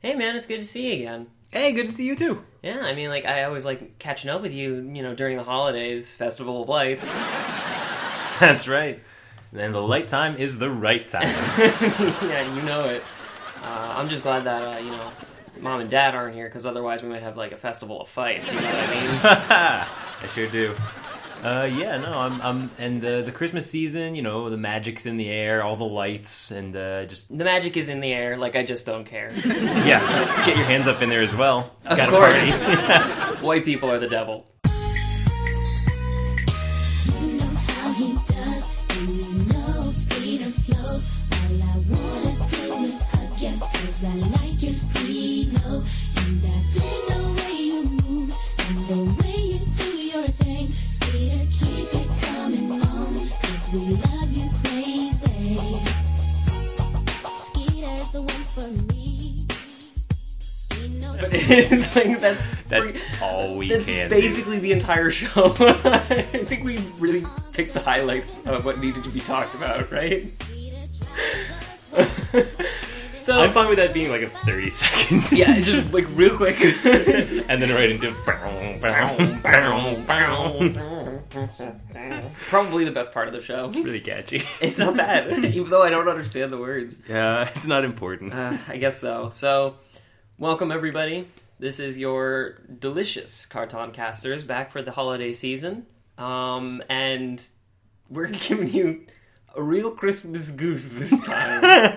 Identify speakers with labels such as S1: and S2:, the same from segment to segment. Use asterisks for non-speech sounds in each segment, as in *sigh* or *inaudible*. S1: Hey man, it's good to see you again.
S2: Hey, good to see you too.
S1: Yeah, I mean, like I always like catching up with you, you know, during the holidays, Festival of Lights.
S2: *laughs*
S1: *laughs*
S2: That's right. And the light time is the right *laughs* time.
S1: yeah, you know it. Uh, I'm just glad that uh, you know, mom and dad aren't here because otherwise we might have like a festival of fights. You know what I mean?
S2: *laughs* I sure do. Uh, yeah, no, I'm, I'm, and uh, the Christmas season, you know, the magic's in the air, all the lights, and uh, just
S1: The magic is in the air. Like I just don't
S2: *laughs*
S1: care.
S2: yeah, get your hands up in there as well.
S1: Of
S2: Gotta
S1: course.
S2: party. *laughs*
S1: White people are the devil. *laughs*
S3: You know how he does, and he knows freedom flows. All I wanna do is hug you, 'cause I like your stilo. And I dig the way you move, and the way you do your thing. Skeeter, keep it coming on, 'cause we love you crazy. Skeeter's the one for me. He knows
S1: *laughs* it's like that's
S2: That's all we
S1: that's
S2: can. do.
S1: basically the entire show. *laughs* I think we really picked the highlights of what needed to be talked about, right? *laughs*
S3: Skeeter drives us
S1: So
S2: I'm fine with that being like a *laughs* 30 seconds.
S1: yeah, just like real quick.
S2: *laughs* and then right into. *laughs*
S1: Probably the best part of the show.
S2: really *laughs* catchy.
S1: It's not bad, *laughs* even though I don't understand the words.
S2: Yeah, it's not important.
S1: Uh, I guess so. So, welcome everybody. This is your delicious Carton Casters back for the holiday season. Um, and we're *laughs* giving you a real Christmas goose this
S2: *laughs*
S1: time.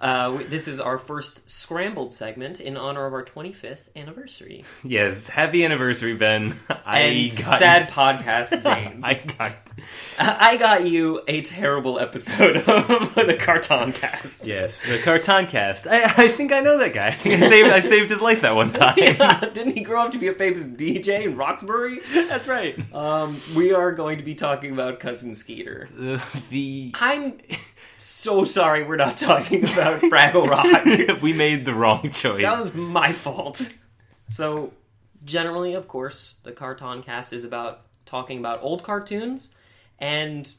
S1: uh, we- this is our first scrambled segment in honor of our 25th anniversary.
S2: yes, happy anniversary, Ben. *laughs* I
S1: And
S2: got
S1: sad podcast, Zane.
S2: I got. *laughs*
S1: *laughs* I got you a terrible episode *laughs* of the Carton Cast. *laughs*
S2: Yes, the Carton cast. I, I think I know that guy. *laughs* I think I saved, I saved his life
S1: *laughs*
S2: that one time. *laughs*
S1: Didn't he grow up to be a famous DJ in Roxbury?
S2: That's right.
S1: Um, we are going to be talking about Cousin Skeeter.
S2: Uh, the. *laughs*
S1: I'm *laughs* so sorry we're not talking about Fraggle Rock.
S2: *laughs* we made the wrong choice.
S1: that was my fault. *laughs* So, generally, of course, the Carton cast is about talking about old cartoons and,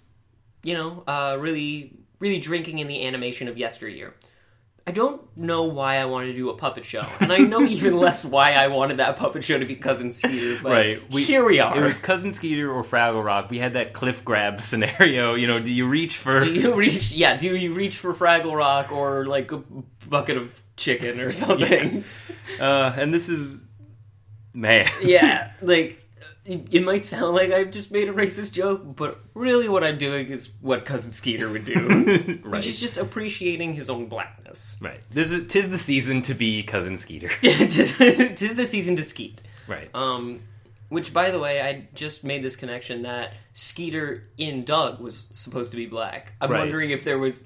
S1: you know, uh, really, really drinking in the animation of yesteryear. I don't know why I wanted to do a puppet show, and I
S2: *laughs*
S1: know even less why I wanted that puppet show to be Cousin Skeeter, but
S2: Right, we-
S1: here we are.
S2: It was Cousin Skeeter or Fraggle Rock. We had that cliff grab *laughs* scenario. You know, do you reach for?
S1: Do you reach? Yeah. Do you reach for Fraggle Rock or like a bucket of chicken
S2: *laughs*
S1: or something?
S2: Uh, and this is man.
S1: Yeah.
S2: *laughs*
S1: like it, it might sound like I've just made a racist joke, but really, what I'm doing is what Cousin Skeeter would
S2: *laughs*
S1: do, which is
S2: right,
S1: just appreciating his own blackness. *laughs*
S2: right. This is, tis the season to be Cousin Skeeter.
S1: tis, tis the season to skeet.
S2: Right.
S1: Um, which, by the way, I just made this connection that Skeeter in Doug was supposed to be black. I'm
S2: Right.
S1: wondering if there was.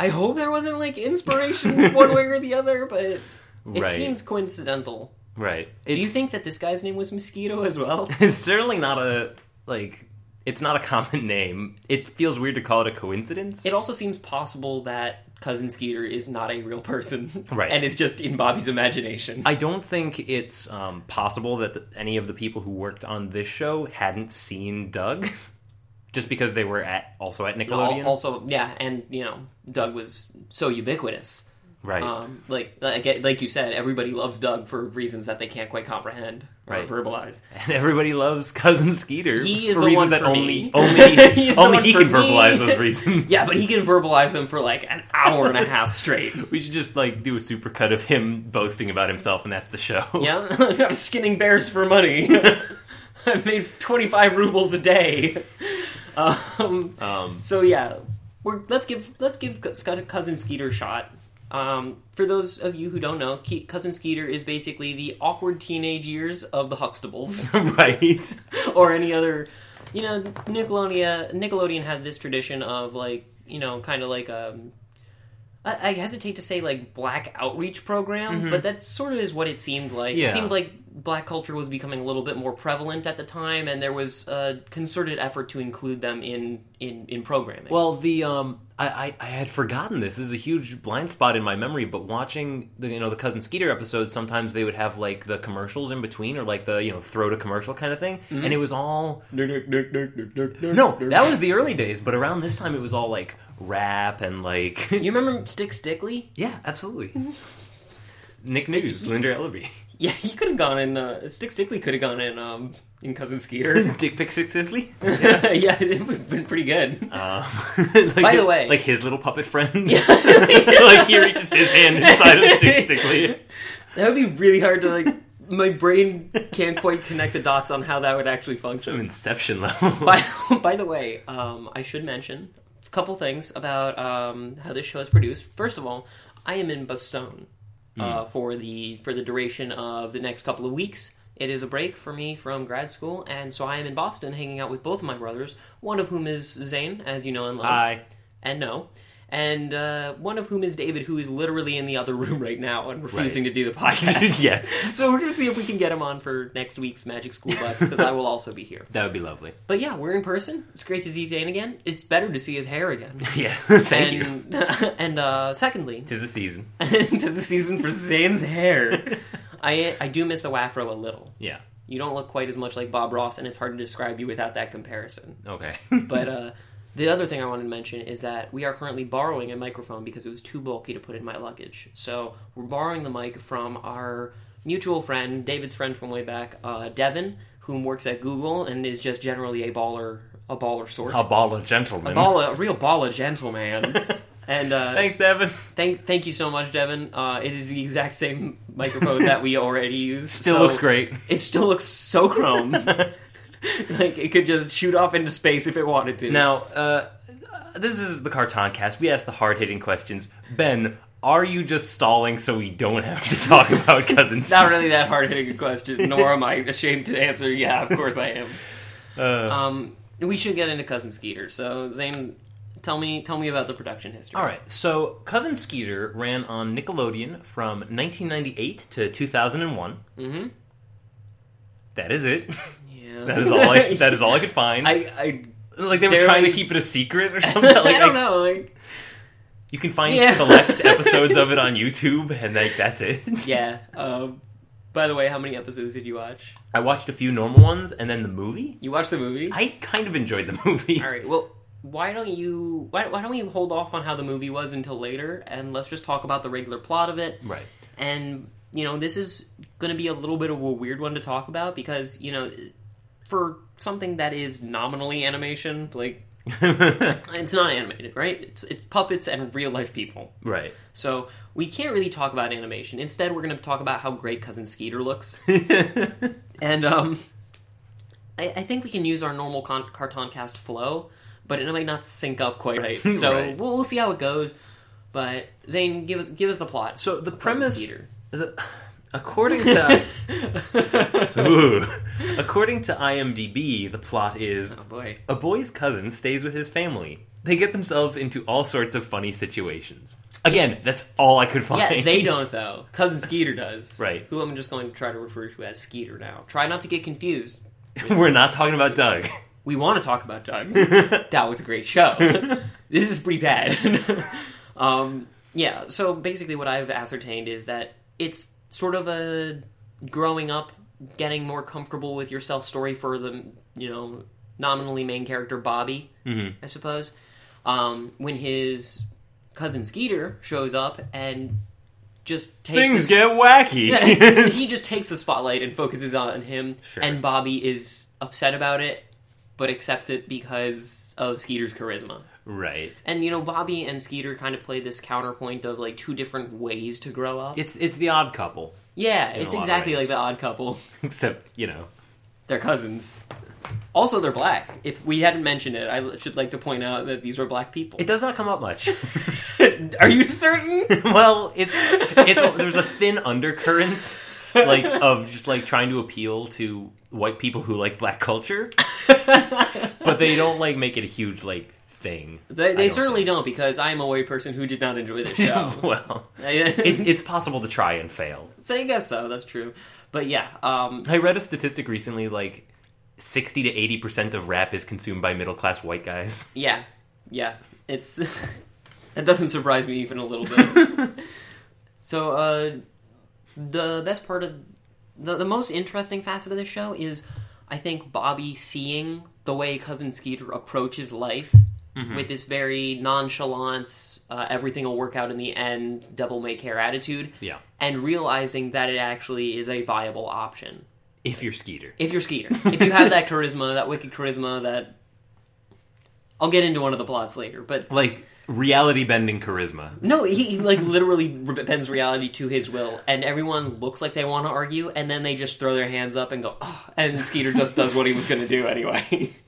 S1: I hope there wasn't like
S2: *laughs*
S1: inspiration one way or the other, but it
S2: Right.
S1: seems coincidental.
S2: right. It's,
S1: Do you think that this guy's name was Mosquito as well?
S2: *laughs* it's certainly not a like. It's not a common *laughs* name. It feels weird to call it a coincidence.
S1: it also seems possible that Cousin Skeeter is not a real person, *laughs*
S2: Right.
S1: And is just in Bobby's imagination.
S2: I don't think it's um, possible that the, any of the people who worked on this show hadn't seen Doug, *laughs* just because they were at also at Nickelodeon.
S1: Al- also, yeah, and you know, Doug was so ubiquitous.
S2: right.
S1: um, like like like you said, everybody loves Doug for reasons that they can't quite comprehend or
S2: Right.
S1: verbalize.
S2: *laughs* And everybody loves Cousin Skeeter.
S1: He is
S2: for
S1: the
S2: reasons
S1: one
S2: that
S1: for
S2: only
S1: me. *laughs*
S2: only
S1: He is the
S2: only
S1: one
S2: he
S1: for
S2: can
S1: me. *laughs*
S2: verbalize those reasons.
S1: Yeah, but he can verbalize them for like an hour and a half straight. *laughs*
S2: *laughs* We should just like do a supercut of him boasting about himself, and that's the show.
S1: Yeah, *laughs* I'm skinning bears for money. *laughs* I made 25 rubles a day. *laughs* Um,
S2: *laughs* Um, *laughs*
S1: so yeah, we're, let's give let's give Scott cousin Skeeter a shot. Um, for those of you who don't know, Ke- cousin Skeeter is basically the awkward teenage years of the Huxtables. *laughs*
S2: right.
S1: or any other you know nickelodeon nickelodeon had this tradition of like you know kind of like um I I hesitate to say like black outreach program, but that sort of is what it seemed like.
S2: Yeah.
S1: It seemed like black culture was becoming a little bit more prevalent at the time, and there was a concerted effort to include them in in, in programming.
S2: Well, the um, I, I I had forgotten this. This is a huge blind spot in my memory. But watching the you know the cousin Skeeter episodes, sometimes they would have like the commercials in between, or like the you know throw to commercial kind of thing,
S1: Mm-hmm.
S2: and it was all no. That was the early days, but around this time it was all like *laughs* rap and like
S1: you remember Stick Stickly? *laughs*
S2: yeah, absolutely.
S1: Mm-hmm.
S2: Nick News, Linda
S1: *laughs*
S2: Ellaby.
S1: Yeah, he could have gone in. Uh, Stick Stickley could have gone in um, in Cousin
S2: *laughs*
S1: Skeeter. *laughs*
S2: Dick Pick Sixthly. *laughs*
S1: yeah. it would have been pretty good.
S2: Uh,
S1: *laughs* By the way-
S2: like his little puppet
S1: *laughs*
S2: friend. *laughs* like he reaches his hand inside of Dick Stickley.
S1: That would be really hard to like. My brain can't quite connect the dots on how that would actually function.
S2: Some Inception level.
S1: by, by *laughs* the way, um, I should mention a couple things about um, how this show is produced. First of all, I am in Boston uh, for the for the duration of the next couple of weeks. It is a break for me from grad school, and so I am in Boston hanging out with both of my brothers, one of whom is Zane, as you know and love,
S2: Hi.
S1: and no, and uh, one of whom is David, who is literally in the other *laughs* room right now and refusing to do the
S2: *laughs*
S1: podcast.
S2: *laughs* yes,
S1: So we're gonna see if we can get him on for next week's Magic School Bus because I will also be here.
S2: that would be lovely.
S1: But yeah, we're in person. It's great to see Zane again. It's better to see his hair again.
S2: *laughs* Yeah, *laughs* thank you.
S1: and *laughs* and uh, secondly, *laughs*
S2: Tis the season.
S1: does the season for Zane's hair? I I do miss the Wafro a little.
S2: Yeah.
S1: You don't look quite as much like Bob Ross, and it's hard to describe you without that comparison. *laughs*
S2: Okay.
S1: But uh, the other thing I wanted to mention is that we are currently borrowing a microphone because it was too bulky to put in my luggage. So we're borrowing the mic from our mutual friend, David's friend from way back, uh, Devin, whom works at Google and is just generally a baller, a baller sort,
S2: A ball of gentlemen.
S1: baller, a real baller
S2: *laughs*
S1: gentleman. and uh,
S2: Thanks, Devin.
S1: thank, thank you so much, Devin. Uh, it is the exact same microphone that we already use.
S2: Still
S1: so
S2: looks great.
S1: It still looks so chrome. *laughs* like it could just shoot off into space if it wanted to.
S2: Now, uh, this is the Carton Cast. We ask the hard hitting questions. Ben, are you just stalling so we don't have to talk *laughs* about cousins?
S1: It's not really that hard hitting a question, nor am I ashamed to answer. Yeah, of course I am.
S2: Uh,
S1: um, we should get into Cousin Skeeter. So Zane, tell me, tell me about the production history.
S2: All right, so Cousin Skeeter ran on Nickelodeon from 1998 to 2001. Mm-hmm. That is it. *laughs*
S1: yeah.
S2: That is all. I, that is all I could
S1: *laughs*
S2: find.
S1: I, I,
S2: like they were
S1: They're
S2: trying
S1: like-
S2: to keep it a secret
S1: *laughs*
S2: or something. Like,
S1: I don't
S2: I-
S1: know. Like,
S2: You can find
S1: Yeah.
S2: *laughs* select episodes of it on YouTube, and like that's it.
S1: yeah. Um, by the way, how many episodes did you watch?
S2: I watched a few normal ones, and then the movie.
S1: You watched the movie.
S2: I kind of enjoyed the movie.
S1: all right. Well. Why don't you why, why don't we hold off on how the movie was until later and let's just talk about the regular plot of it
S2: Right.
S1: and you know this is going to be a little bit of a weird one to talk about because you know for something that is nominally animation like it's not animated right it's, it's puppets and real life people
S2: *laughs* *laughs* right.
S1: so we can't really talk about animation instead we're going to talk about how great cousin skeeter looks and um I, I think we can use our normal con- carton cast flow but it might not sync up quite
S2: *laughs*
S1: right so
S2: Right.
S1: We'll, we'll see how it goes but zane give us give us the plot
S2: so the
S1: of Cousin
S2: premise,
S1: Skeeter.
S2: *laughs* the,
S1: *laughs*
S2: according to *laughs* Ooh. according to IMDb, the plot is
S1: Oh boy.
S2: a boy's cousin stays with his family. They get themselves into all sorts of funny situations. Again, that's all I could find.
S1: Yeah, they don't though. Cousin Skeeter does.
S2: Right.
S1: Who I'm just going to try to refer to as Skeeter now. Try not to get confused.
S2: *laughs* We're not talking
S1: *laughs*
S2: about Doug. *laughs*
S1: We want to talk about Doug. that was a great show. this is pretty bad. *laughs* um, yeah. So basically, what I've ascertained is that it's sort of a growing up, getting more comfortable with yourself story for the you know nominally main character Bobby,
S2: Mm-hmm.
S1: I suppose. Um, when his cousin Skeeter shows up and just takes
S2: Things
S1: his- *laughs*
S2: get wacky.
S1: yeah,
S2: *laughs*
S1: *laughs* he just takes the spotlight and focuses on him,
S2: Sure.
S1: and Bobby is upset about it, but accepts it because of Skeeter's charisma.
S2: right.
S1: And you know, Bobby and Skeeter kind of play this counterpoint of like two different ways to grow up.
S2: It's it's the odd couple,
S1: yeah, it's
S2: a lot of
S1: exactly like
S2: ways.
S1: the Odd Couple.
S2: *laughs*
S1: *laughs*
S2: except you know.
S1: They're cousins. Also, they're black. If we hadn't mentioned it, I should like to point out that these were black people. *laughs*
S2: It does not come up much. *laughs*
S1: Are you certain? *laughs*
S2: well, it's it's there's a thin undercurrent like of just like trying to appeal to white people who like black culture, *laughs* but they don't like make it a huge like thing.
S1: They,
S2: I
S1: they
S2: don't
S1: certainly don't, because I am a white person who did not enjoy
S2: *laughs*
S1: this show.
S2: think. well,
S1: *laughs*
S2: it's it's possible to try and fail.
S1: So I guess so. That's true. But yeah, um,
S2: I read a statistic recently like 60 to 80% of rap is consumed by middle class white guys.
S1: yeah, yeah. It's *laughs* that doesn't surprise me even a little bit. so uh, the best part of the the most interesting facet of this show is, I think Bobby seeing the way cousin Skeeter approaches life with this very nonchalant, uh, everything will work out in the end, devil may care attitude.
S2: Yeah.
S1: And realizing that it actually is a viable option.
S2: If you're Skeeter,
S1: If you're Skeeter, if you have that charisma, that wicked charisma, that. I'll get into one of the plots later, but
S2: like reality bending charisma.
S1: no, he, he like literally bends reality to his will, and everyone looks like they want to argue, and then they just throw their hands up and go, oh, and Skeeter just does what he was going to do anyway. *laughs*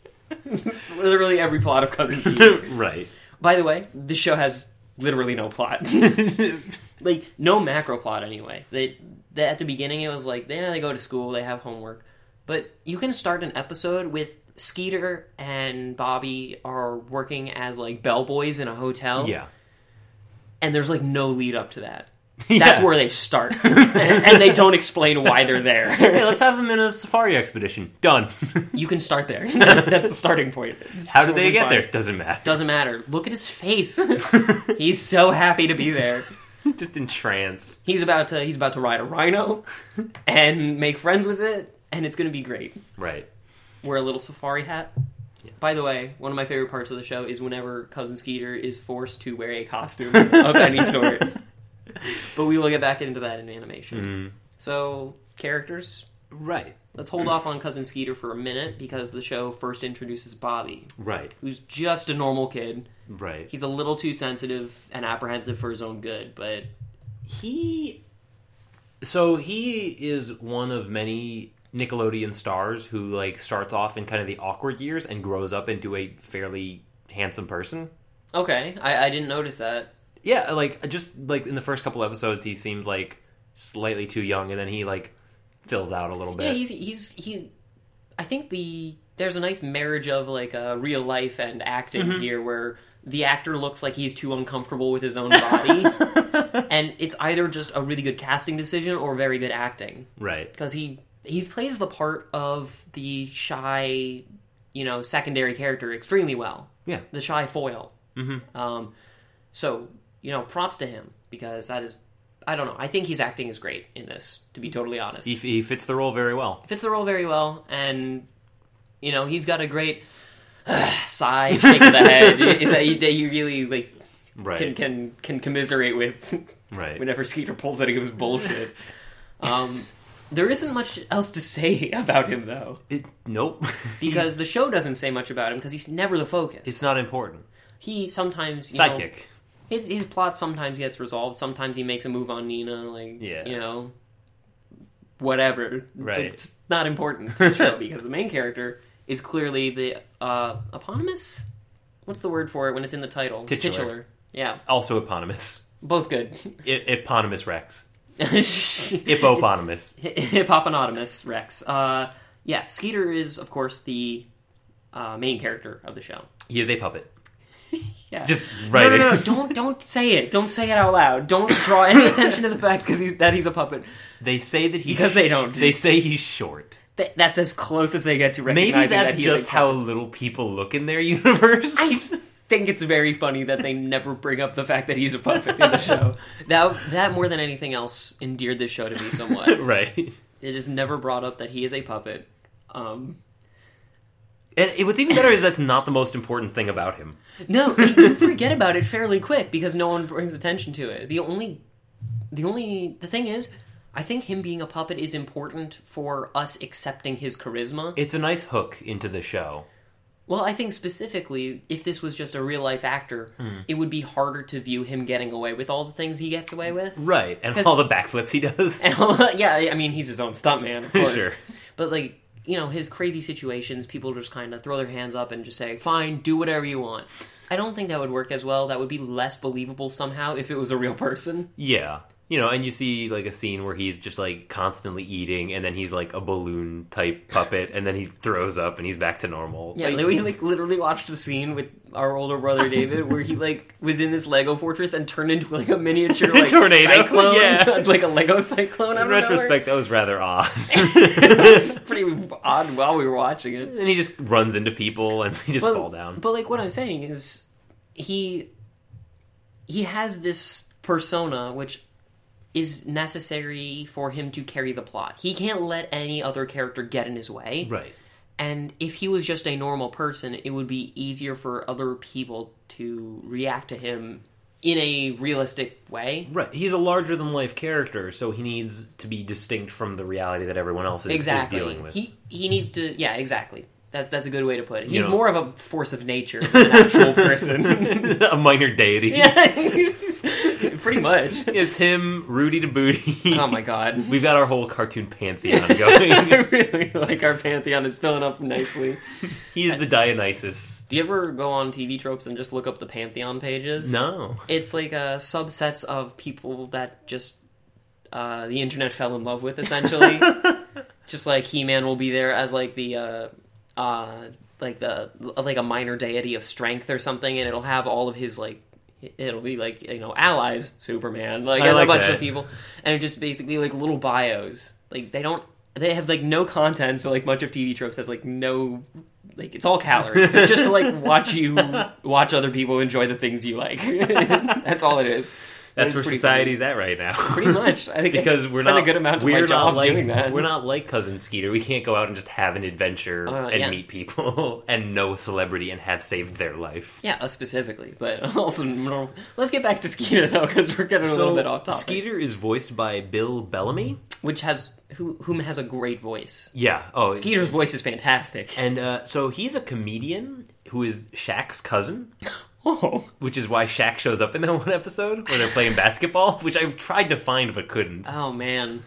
S1: It's literally every plot of Cousin Skeeter.
S2: *laughs* right.
S1: By the way, this show has literally no
S2: *laughs*
S1: plot, like no macro plot anyway. They, they at the beginning it was like they they go to school, they have homework, but you can start an episode with. Skeeter and Bobby are working as like bellboys in a hotel
S2: yeah.
S1: and there's like no lead up to that.
S2: *laughs* Yeah.
S1: That's where they
S2: *laughs*
S1: start, and, and they don't explain why they're
S2: Hey, *laughs*
S1: there.
S2: let's have them in a safari expedition. Done. *laughs*
S1: you can start there. *laughs* That's, that's the starting point. It's
S2: How did they
S1: totally
S2: get
S1: fine.
S2: there? Doesn't matter.
S1: Doesn't matter. Look at his face. *laughs*
S2: *laughs*
S1: he's so happy to be there.
S2: Just entranced.
S1: He's about to he's about to ride a rhino and make friends with it, and it's going to be great.
S2: Right.
S1: Wear a little safari hat. By the way, one of my favorite parts of the show is whenever Cousin Skeeter is forced to wear a costume *laughs* of
S2: *laughs*
S1: any sort. But we will get back into that in animation. So, characters.
S2: Right.
S1: Let's hold off on Cousin Skeeter for a minute because the show first introduces Bobby,
S2: Right.
S1: who's just a normal kid.
S2: Right.
S1: He's a little too sensitive and apprehensive for his own good, but
S2: He. So he is one of many Nickelodeon stars who like starts off in kind of the awkward years and grows up into a fairly handsome person.
S1: okay, I, I didn't notice that.
S2: Yeah, like just like in the first couple episodes, he seemed like slightly too young, and then he like fills out a little bit.
S1: Yeah, he's he's he's. I think the there's a nice marriage of like uh, real life and acting here, where the actor looks like he's too uncomfortable with his own body, and it's either just a really good casting decision or very good acting
S2: right.
S1: because he he plays the part of the shy, you know, secondary character extremely well.
S2: Yeah.
S1: the shy foil. Mm-hmm. Um, so you know, props to him because that is. I don't know. I think his acting is great in this, to be totally honest
S2: He, he fits the role very well.
S1: fits the role very well, and you know he's got a great *sighs* sigh, shake of the
S2: *laughs*
S1: head that you, that you really like
S2: Right.
S1: can can can commiserate with *laughs*
S2: right.
S1: whenever Skeeter pulls out of his bullshit. Um, there isn't much else to say *laughs* about him though,
S2: It- nope. *laughs*
S1: because the show doesn't say much about him because he's never the focus.
S2: it's not important.
S1: he sometimes you know,
S2: Sidekick.
S1: his his plot sometimes gets resolved. Sometimes he makes a move on Nina, like
S2: Yeah.
S1: you know, whatever.
S2: Right.
S1: It's not important to the
S2: *laughs*
S1: show because the main character is clearly the uh, eponymous. What's the word for it when it's in the title?
S2: Titular.
S1: Yeah,
S2: also eponymous.
S1: both good. *laughs*
S2: I- eponymous Rex.
S1: Hippo *laughs*
S2: Ipoponymous.
S1: Hippopotamus Rex. Uh, yeah, Skeeter is of course the uh, main character of the show.
S2: He is a puppet.
S1: Yeah.
S2: Just
S1: No,
S2: write
S1: no, no,
S2: it.
S1: Don't don't say it. Don't say it out loud. Don't draw any attention to the fact because he, that he's a puppet.
S2: *laughs* They say that he
S1: Because they don't.
S2: They say he's short.
S1: Th- that's as close as they get to recognizing
S2: Maybe that's
S1: that he is
S2: just
S1: a
S2: how
S1: puppet.
S2: little people look in their *laughs* universe.
S1: I think it's very funny that they never bring up the fact that he's a puppet in the show. *laughs* That that more than anything else endeared this show to me somewhat. *laughs*
S2: right.
S1: it is never brought up that he is a puppet. Um,
S2: And it, what's even better is that's not the most important thing about him.
S1: No, you forget about it fairly quick because no one brings attention to it. The only, the only, the thing is, I think him being a puppet is important for us accepting his charisma.
S2: It's a nice hook into the show.
S1: Well, I think specifically, if this was just a real life actor,
S2: Hmm.
S1: it would be harder to view him getting away with all the things he gets away with.
S2: Right. And
S1: 'Cause-
S2: all the backflips he does.
S1: *laughs* And all that- yeah, I mean, he's his own stuntman,
S2: *laughs*
S1: of course.
S2: Sure.
S1: But like, you know, his crazy situations, people just kind of throw their hands up and just say, "Fine, do whatever you want." I don't think that would work as well. That would be less believable somehow if it was a real person.
S2: Yeah. You know, and you see like a scene where he's just like constantly eating and then he's like a balloon type puppet and then he throws up and he's back to normal.
S1: Yeah, like, we like literally watched a scene with our older
S2: *laughs*
S1: brother David where he like was in this Lego fortress and turned into like a
S2: *laughs*
S1: miniature like
S2: Tornado,
S1: cyclone,
S2: *laughs* yeah.
S1: *laughs* like a Lego cyclone.
S2: In retrospect, that was rather odd. *laughs*
S1: it was pretty odd while we were watching it.
S2: and he just runs into people and they just
S1: Well,
S2: fall down.
S1: But like what I'm saying is he he has this persona which is necessary for him to carry the plot. He can't let any other character get in his way.
S2: right.
S1: And if he was just a normal person, it would be easier for other people to react to him in a realistic way.
S2: Right. He's a larger than life character, so he needs to be distinct from the reality that everyone else is, is
S1: Exactly.
S2: dealing with.
S1: He he needs to. Yeah, exactly. That's that's a good way to put it. He's
S2: know-
S1: more of a force of nature than an
S2: *laughs*
S1: actual person.
S2: *laughs* a minor deity. *laughs*
S1: *laughs* pretty much.
S2: It's him, Rudy to Booty.
S1: Oh my god.
S2: *laughs* We've got our whole cartoon pantheon going.
S1: *laughs* I really like our pantheon is filling up nicely.
S2: He's the Dionysus.
S1: Do you ever go on TV tropes and just look up the pantheon pages?
S2: No.
S1: It's like uh, subsets of people that just uh, the internet fell in love with,
S2: *laughs*
S1: essentially. just like He Man will be there as like the uh, uh, like the like a minor deity of strength or something, and it'll have all of his like it'll be like you know allies, Superman, like,
S2: I
S1: and a
S2: like
S1: bunch
S2: that.
S1: of people, and just basically like little bios. Like they don't they have like no content, so like much of TV tropes has like no. Like it's all calories. It's just to like watch you watch other people enjoy the things you like. *laughs* That's all it is.
S2: That's
S1: It's
S2: where
S1: pretty cool.
S2: society's at right now.
S1: Pretty much, I think
S2: *laughs* because
S1: I
S2: we're
S1: *laughs* spend
S2: not
S1: a good amount of
S2: we're
S1: my
S2: not
S1: job
S2: like,
S1: doing that.
S2: We're not like cousin Skeeter. We can't go out and just have an adventure
S1: Uh,
S2: and
S1: yeah.
S2: meet people *laughs* and know a celebrity and have saved their life.
S1: yeah, us Uh, specifically, but *laughs* also normal. Let's get back to Skeeter though, because we're getting a little bit off topic.
S2: Skeeter is voiced by Bill Bellamy.
S1: which has who whom has a great voice.
S2: Yeah. Oh,
S1: Skeeter's voice is fantastic.
S2: And uh, so he's a comedian who is Shaq's cousin,
S1: *laughs* oh,
S2: which is why Shaq shows up in that *laughs* one episode where they're playing basketball, *laughs* which I've tried to find but couldn't.
S1: oh man,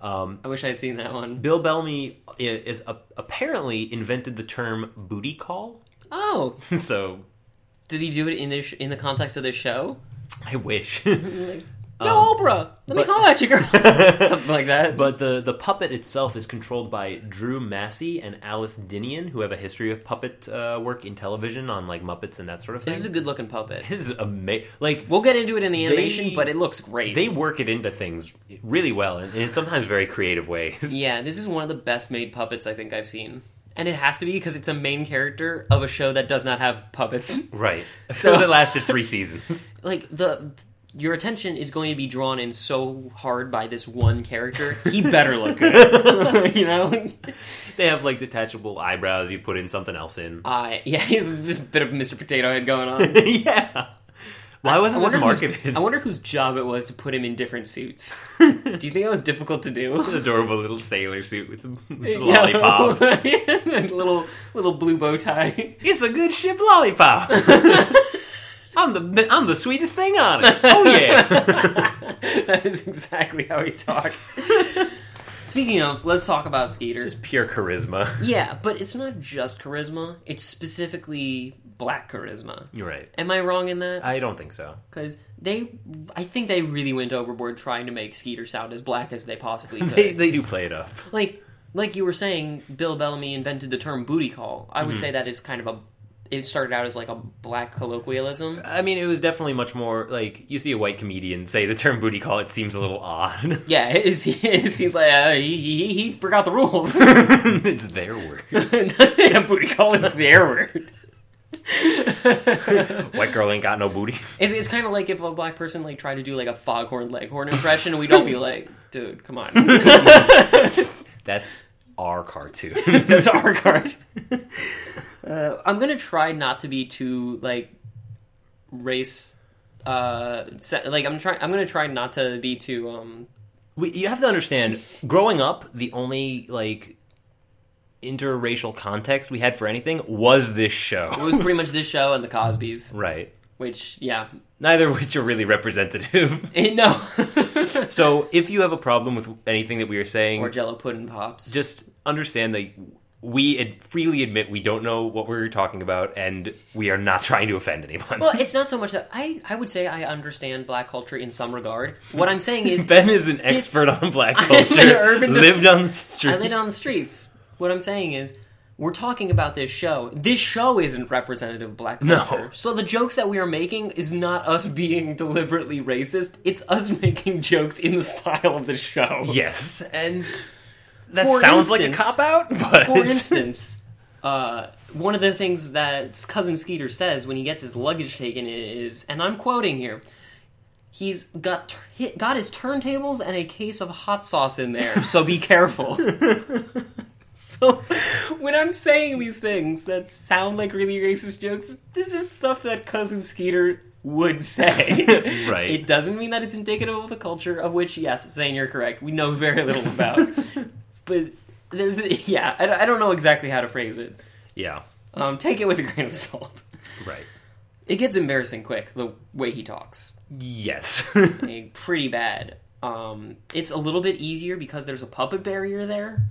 S2: Um,
S1: I wish I had seen that one.
S2: Bill Bellamy i- is, a apparently invented the term booty call. *laughs*
S1: Oh,
S2: so
S1: did he do it in this in the context of this show?
S2: *laughs* I wish.
S1: Yo,
S2: Um,
S1: Oprah, let me holler at you,
S2: *laughs*
S1: girl. Something like that.
S2: But the, the puppet itself is controlled by Drew Massey and Alice Dinion, who have a history of puppet uh, work in television on like Muppets and that sort of thing.
S1: this is a good looking puppet.
S2: this is amazing. Like
S1: We'll get into it in the
S2: They-
S1: animation, but it looks great.
S2: they work it into things really well, and, and sometimes very creative ways.
S1: *laughs* Yeah, this is one of the best made puppets I think I've seen. And it has to be because it's a main character of a show that does not have puppets. *laughs*
S2: *laughs* Right. So that lasted three seasons. *laughs*
S1: like the your attention is going to be drawn in so hard by this one character. He better look
S2: *laughs*
S1: good. *laughs* you know?
S2: They have like detachable eyebrows. You put in something else in. *laughs*
S1: I yeah, he's a bit of Mr. Potato Head going on.
S2: yeah. Why
S1: I
S2: wasn't this
S1: wonder whose-
S2: marketed? *laughs*
S1: I wonder whose job it was to put him in different suits. Do you think that was difficult to do?
S2: *laughs* Adorable little sailor suit with the,
S1: *laughs*
S2: with the
S1: Yeah.
S2: lollipop.
S1: little little blue bow tie.
S2: It's a good ship *laughs* lollipop. I'm the I'm the sweetest thing on *laughs* it. Oh
S1: *laughs*
S2: yeah. *laughs*
S1: that is exactly how he talks. Speaking of, let's talk about Skeeter.
S2: Just pure charisma.
S1: yeah, but it's not just charisma. It's specifically black charisma.
S2: You're right.
S1: Am I wrong in that?
S2: I don't think so.
S1: Because they, I think they really went overboard trying to make Skeeter sound as black as they *laughs* possibly could.
S2: They, they do play it up.
S1: like, like you were saying, Bill Bellamy invented the term booty call. I would say that is kind of a. It started out as like a black colloquialism.
S2: I mean, it was definitely much more like you see a white comedian say the term booty call. It seems a little odd. *laughs*
S1: Yeah, *laughs* it, is, it seems like uh, he, he, he forgot the rules. *laughs*
S2: it's their word.
S1: yeah, booty call is their word.
S2: White girl ain't got no booty.
S1: It's, it's kind of like if a black person like tried to do like a foghorn leghorn impression, we'd all be like, "Dude, come on,
S2: *laughs*
S1: *laughs*
S2: That's our *laughs* cartoon.
S1: that's our card." Uh, I'm gonna try not to be too like race. Uh, se- like I'm trying. I'm gonna try not to be too. Um,
S2: we, you have to understand, growing up, the only like interracial context we had for anything was this
S1: it
S2: show.
S1: was pretty much this show and the Cosbys,
S2: Right.
S1: which yeah, *laughs*
S2: Neither of which are really representative.
S1: Eh, no, *laughs*
S2: so if you have a problem with anything that we are saying,
S1: or Jello pudding pops.
S2: just understand that we ad- freely admit we don't know what we're talking about, and we are not trying to offend anyone.
S1: well, it's not so much that I. I would say I understand black culture in some regard. What I'm saying
S2: *laughs*
S1: is
S2: *laughs* Ben is an expert on black
S1: an
S2: culture.
S1: urban-
S2: lived on the street.
S1: I laid on the streets. What I'm saying is, we're talking about this show. This show isn't representative of black
S2: No.
S1: culture. So the jokes that we are making is not us being deliberately racist. It's us *laughs* making jokes in the style of the show.
S2: Yes, and that
S1: For
S2: sounds like a
S1: instance-
S2: cop out, but
S1: For
S2: *laughs*
S1: instance, uh, one of the things that cousin Skeeter says when he gets his luggage taken is, and I'm quoting here. He's got tur- hit,
S2: *laughs*
S1: got his turntables and a case of hot sauce in there, so be careful. So, when I'm saying these things that sound like really racist jokes, this is stuff that Cousin Skeeter would say.
S2: Right.
S1: It doesn't mean that it's indicative of the culture, of which, yes, Zane, you're correct. We know very little about. but there's, yeah, I, don't- I don't know exactly how to phrase it.
S2: Yeah.
S1: Um, take it with a grain of salt.
S2: Right.
S1: It gets embarrassing quick, the way he talks. *laughs*
S2: Yes. *laughs*
S1: like, pretty bad. Um, it's a little bit easier because there's a puppet barrier there,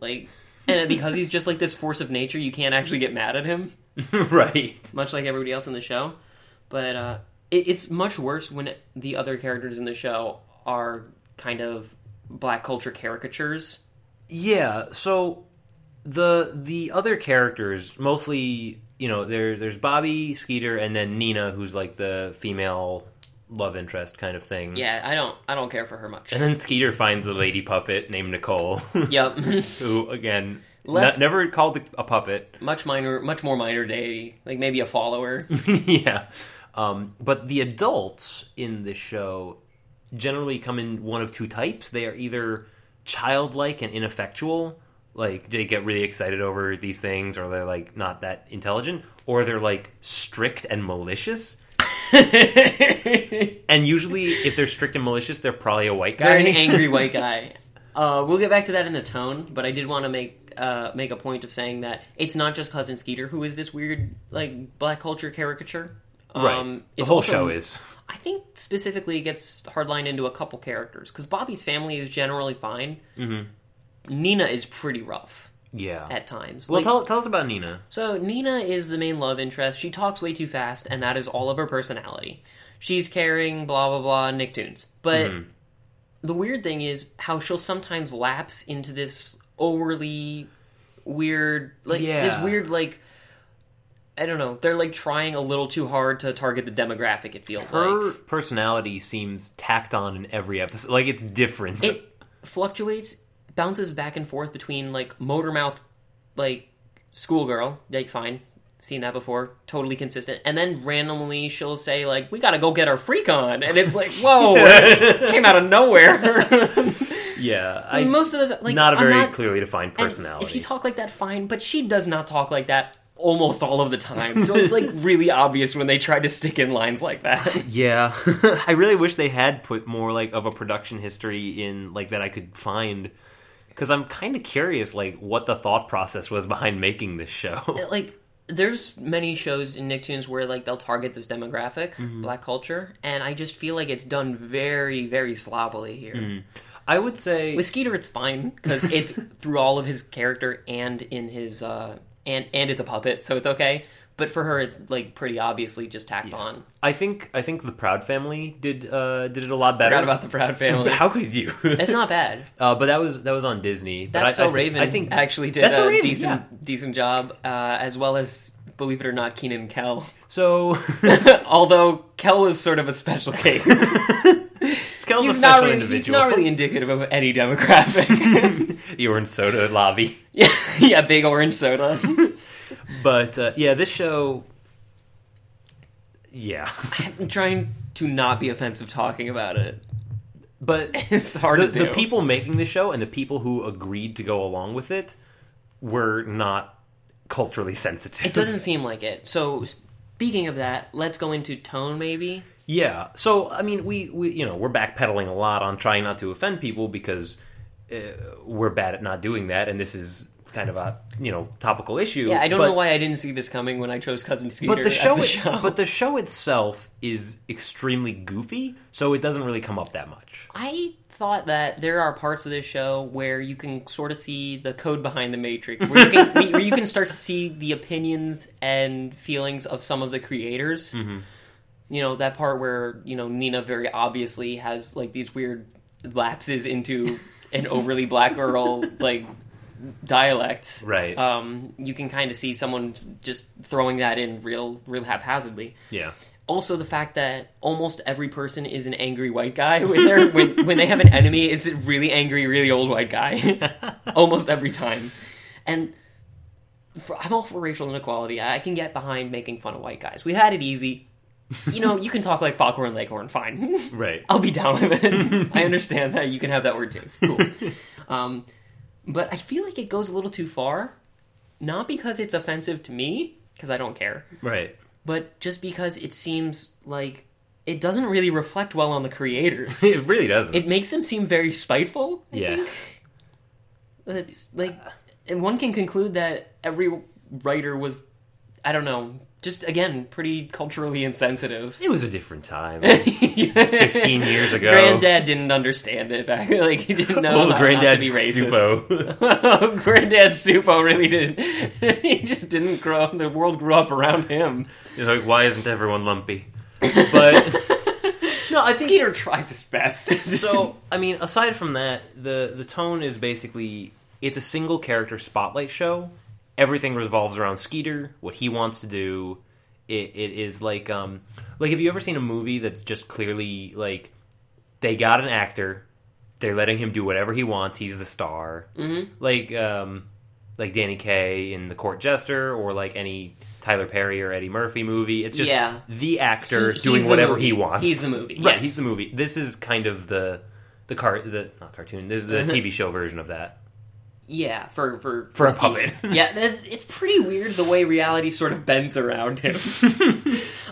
S1: like, and because he's just like this force of nature, you can't actually get mad at him,
S2: right.
S1: much like everybody else in the show. But uh, it, it's much worse when the other characters in the show are kind of black culture caricatures.
S2: Yeah. So the the other characters mostly, you know, there there's Bobby Skeeter and then Nina, who's like the female love interest kind of thing.
S1: Yeah, I don't, I don't care for her
S2: *laughs*
S1: much.
S2: And then Skeeter finds a lady puppet named Nicole, *laughs*
S1: yep,
S2: who again ne-
S1: Less-
S2: never called the, a puppet.
S1: *laughs* much minor, much more minor deity, like maybe a follower. *laughs*
S2: *laughs* yeah. Um, but the adults in the show generally come in one of two types. They are either childlike and ineffectual, like they get really excited over these things, or they're like not that intelligent, or they're like strict and malicious. And usually, if they're strict and malicious, they're probably a white guy.
S1: Very
S2: *laughs*
S1: angry white guy. Uh, we'll get back to that in the tone, but I did want to make uh, make a point of saying that it's not just cousin Skeeter who is this weird like black culture caricature. Um,
S2: right. the
S1: it's
S2: whole
S1: also-
S2: show is.
S1: I think specifically it gets hardlined into a couple characters because Bobby's family is generally fine. Mm-hmm. Nina is pretty rough
S2: Yeah.
S1: at times.
S2: well,
S1: Like-
S2: tell, tell us about Nina.
S1: so Nina is the main love interest. She talks way too fast, and that is all of her personality. She's caring, blah blah blah, Nicktoons. But
S2: Mm-hmm.
S1: the weird thing is how she'll sometimes lapse into this overly weird, like this
S2: Yeah.
S1: weird, like I don't know. They're like trying a little too hard to target the demographic. It feels
S2: Her
S1: like
S2: personality seems tacked on in every episode. Like it's different.
S1: it fluctuates, bounces back and forth between like motor mouth, like schoolgirl, like fine, seen that before, totally consistent, and then randomly she'll say like, "We gotta go get our freak on," and it's like,
S2: *laughs*
S1: "Whoa, it came out of nowhere."
S2: *laughs* yeah.
S1: I
S2: I,
S1: mean, most of the like
S2: not a
S1: I'm
S2: very
S1: not-
S2: clearly defined
S1: and
S2: personality.
S1: If you talk like that, fine, but she does not talk like that almost all of the time,
S2: *laughs*
S1: so it's like really obvious when they try to stick in lines like that.
S2: yeah, *laughs* I really wish they had put more like of a production history in like that I could find because I'm kind of curious like what the thought process was behind making this show. *laughs*
S1: like there's many shows in Nicktoons where like they'll target this demographic,
S2: Mm-hmm.
S1: black culture, and I just feel like it's done very, very sloppily here.
S2: Mm-hmm. I would say
S1: With Skeeter, it's fine because
S2: *laughs*
S1: it's through all of his character and in his uh, and and it's a puppet, so it's okay. But for her, it's like pretty obviously just tacked on.
S2: I think I think the Proud Family did uh, did it a lot better.
S1: Forgot about the Proud Family.
S2: *laughs* How could you?
S1: It's not bad.
S2: uh, *laughs* but that was that was on Disney. But
S1: That's
S2: I, I
S1: so
S2: thi-
S1: Raven.
S2: I think
S1: actually did
S2: That's
S1: a
S2: So Raven,
S1: decent
S2: yeah.
S1: decent job, uh, as well as believe it or not, Keenan Kel.
S2: So
S1: *laughs*
S2: *laughs*
S1: Although Kel is sort of a special case.
S2: Kel's
S1: he's
S2: a
S1: not
S2: special
S1: really
S2: individual.
S1: he's not really indicative of any demographic. *laughs*
S2: *laughs* the orange soda lobby.
S1: yeah, yeah, big orange
S2: *laughs*
S1: soda.
S2: But uh, yeah, this show. Yeah, *laughs*
S1: I'm trying to not be offensive talking about it. *laughs*
S2: but
S1: It's hard
S2: the,
S1: to do.
S2: the people making the show and the people who agreed to go along with it were not culturally sensitive.
S1: it doesn't seem like it. So speaking of that, let's go into tone maybe.
S2: Yeah. So I mean, we, we you know we're backpedaling a lot on trying not to offend people because uh, we're bad at not doing that, and this is kind of a you know topical issue.
S1: Yeah, I don't
S2: but,
S1: know why I didn't see this coming when I chose Cousin Skeeter
S2: But the show,
S1: as the show.
S2: but the show itself is extremely goofy, so it doesn't really come up that much.
S1: I thought that there are parts of this show where you can sort of see the code behind the matrix, where you can, where you can start to see the opinions and feelings of some of the creators. You know that part where you know Nina very obviously has like these weird lapses into an overly black girl like dialect.
S2: Right.
S1: Um, you can kind of see someone just throwing that in real, real haphazardly
S2: Yeah.
S1: also the fact that almost every person is an angry white guy when they're *laughs* when, when they have an enemy is a really angry really old white guy *laughs* almost every time and for, i'm all for racial inequality i can get behind making fun of white guys we've had it easy you know you can talk like foghorn leghorn fine *laughs*
S2: Right.
S1: I'll be down with it. I understand that you can have that word too. It's cool. um, But I feel like it goes a little too far, not because it's offensive to me, because I don't care,
S2: Right.
S1: but just because it seems like it doesn't really reflect well on the
S2: *laughs*
S1: creators.
S2: It really doesn't.
S1: it makes them seem very spiteful. I
S2: Yeah.
S1: think. It's like, and one can conclude that every writer was, I don't know, just again, pretty culturally insensitive.
S2: It was a different time.
S1: *laughs*
S2: 15 years ago.
S1: Granddad didn't understand it back. *laughs* Like he didn't know
S2: Old
S1: how not to
S2: granddad
S1: be racist.
S2: Supo. *laughs*
S1: *laughs* Granddad Supo really didn't. *laughs* he just didn't grow. up. The world grew up around him.
S2: He's like, why isn't everyone lumpy?
S1: *laughs*
S2: *laughs* But
S1: No, I think Skeeter tries his best.
S2: *laughs* so I mean, aside from that, the the tone is basically it's a single character spotlight show. Everything revolves around Skeeter, what he wants to do. It, it is like um like have you ever seen a movie that's just clearly like they got an actor, they're letting him do whatever he wants. He's the star, mm-hmm. like um like Danny Kaye in The Court Jester, or like any Tyler Perry or Eddie Murphy movie. It's just
S1: Yeah.
S2: the
S1: He-
S2: actor
S1: he's
S2: doing
S1: the
S2: whatever
S1: movie.
S2: he wants.
S1: He's the movie.
S2: Right,
S1: yes.
S2: he's the movie. This is kind of the the car the not cartoon. This
S1: *laughs*
S2: is the TV show version of that.
S1: Yeah, for for
S2: For a
S1: Skeeter.
S2: puppet.
S1: *laughs* yeah, that's, it's pretty weird the way reality sort of bends around
S2: *laughs*
S1: him.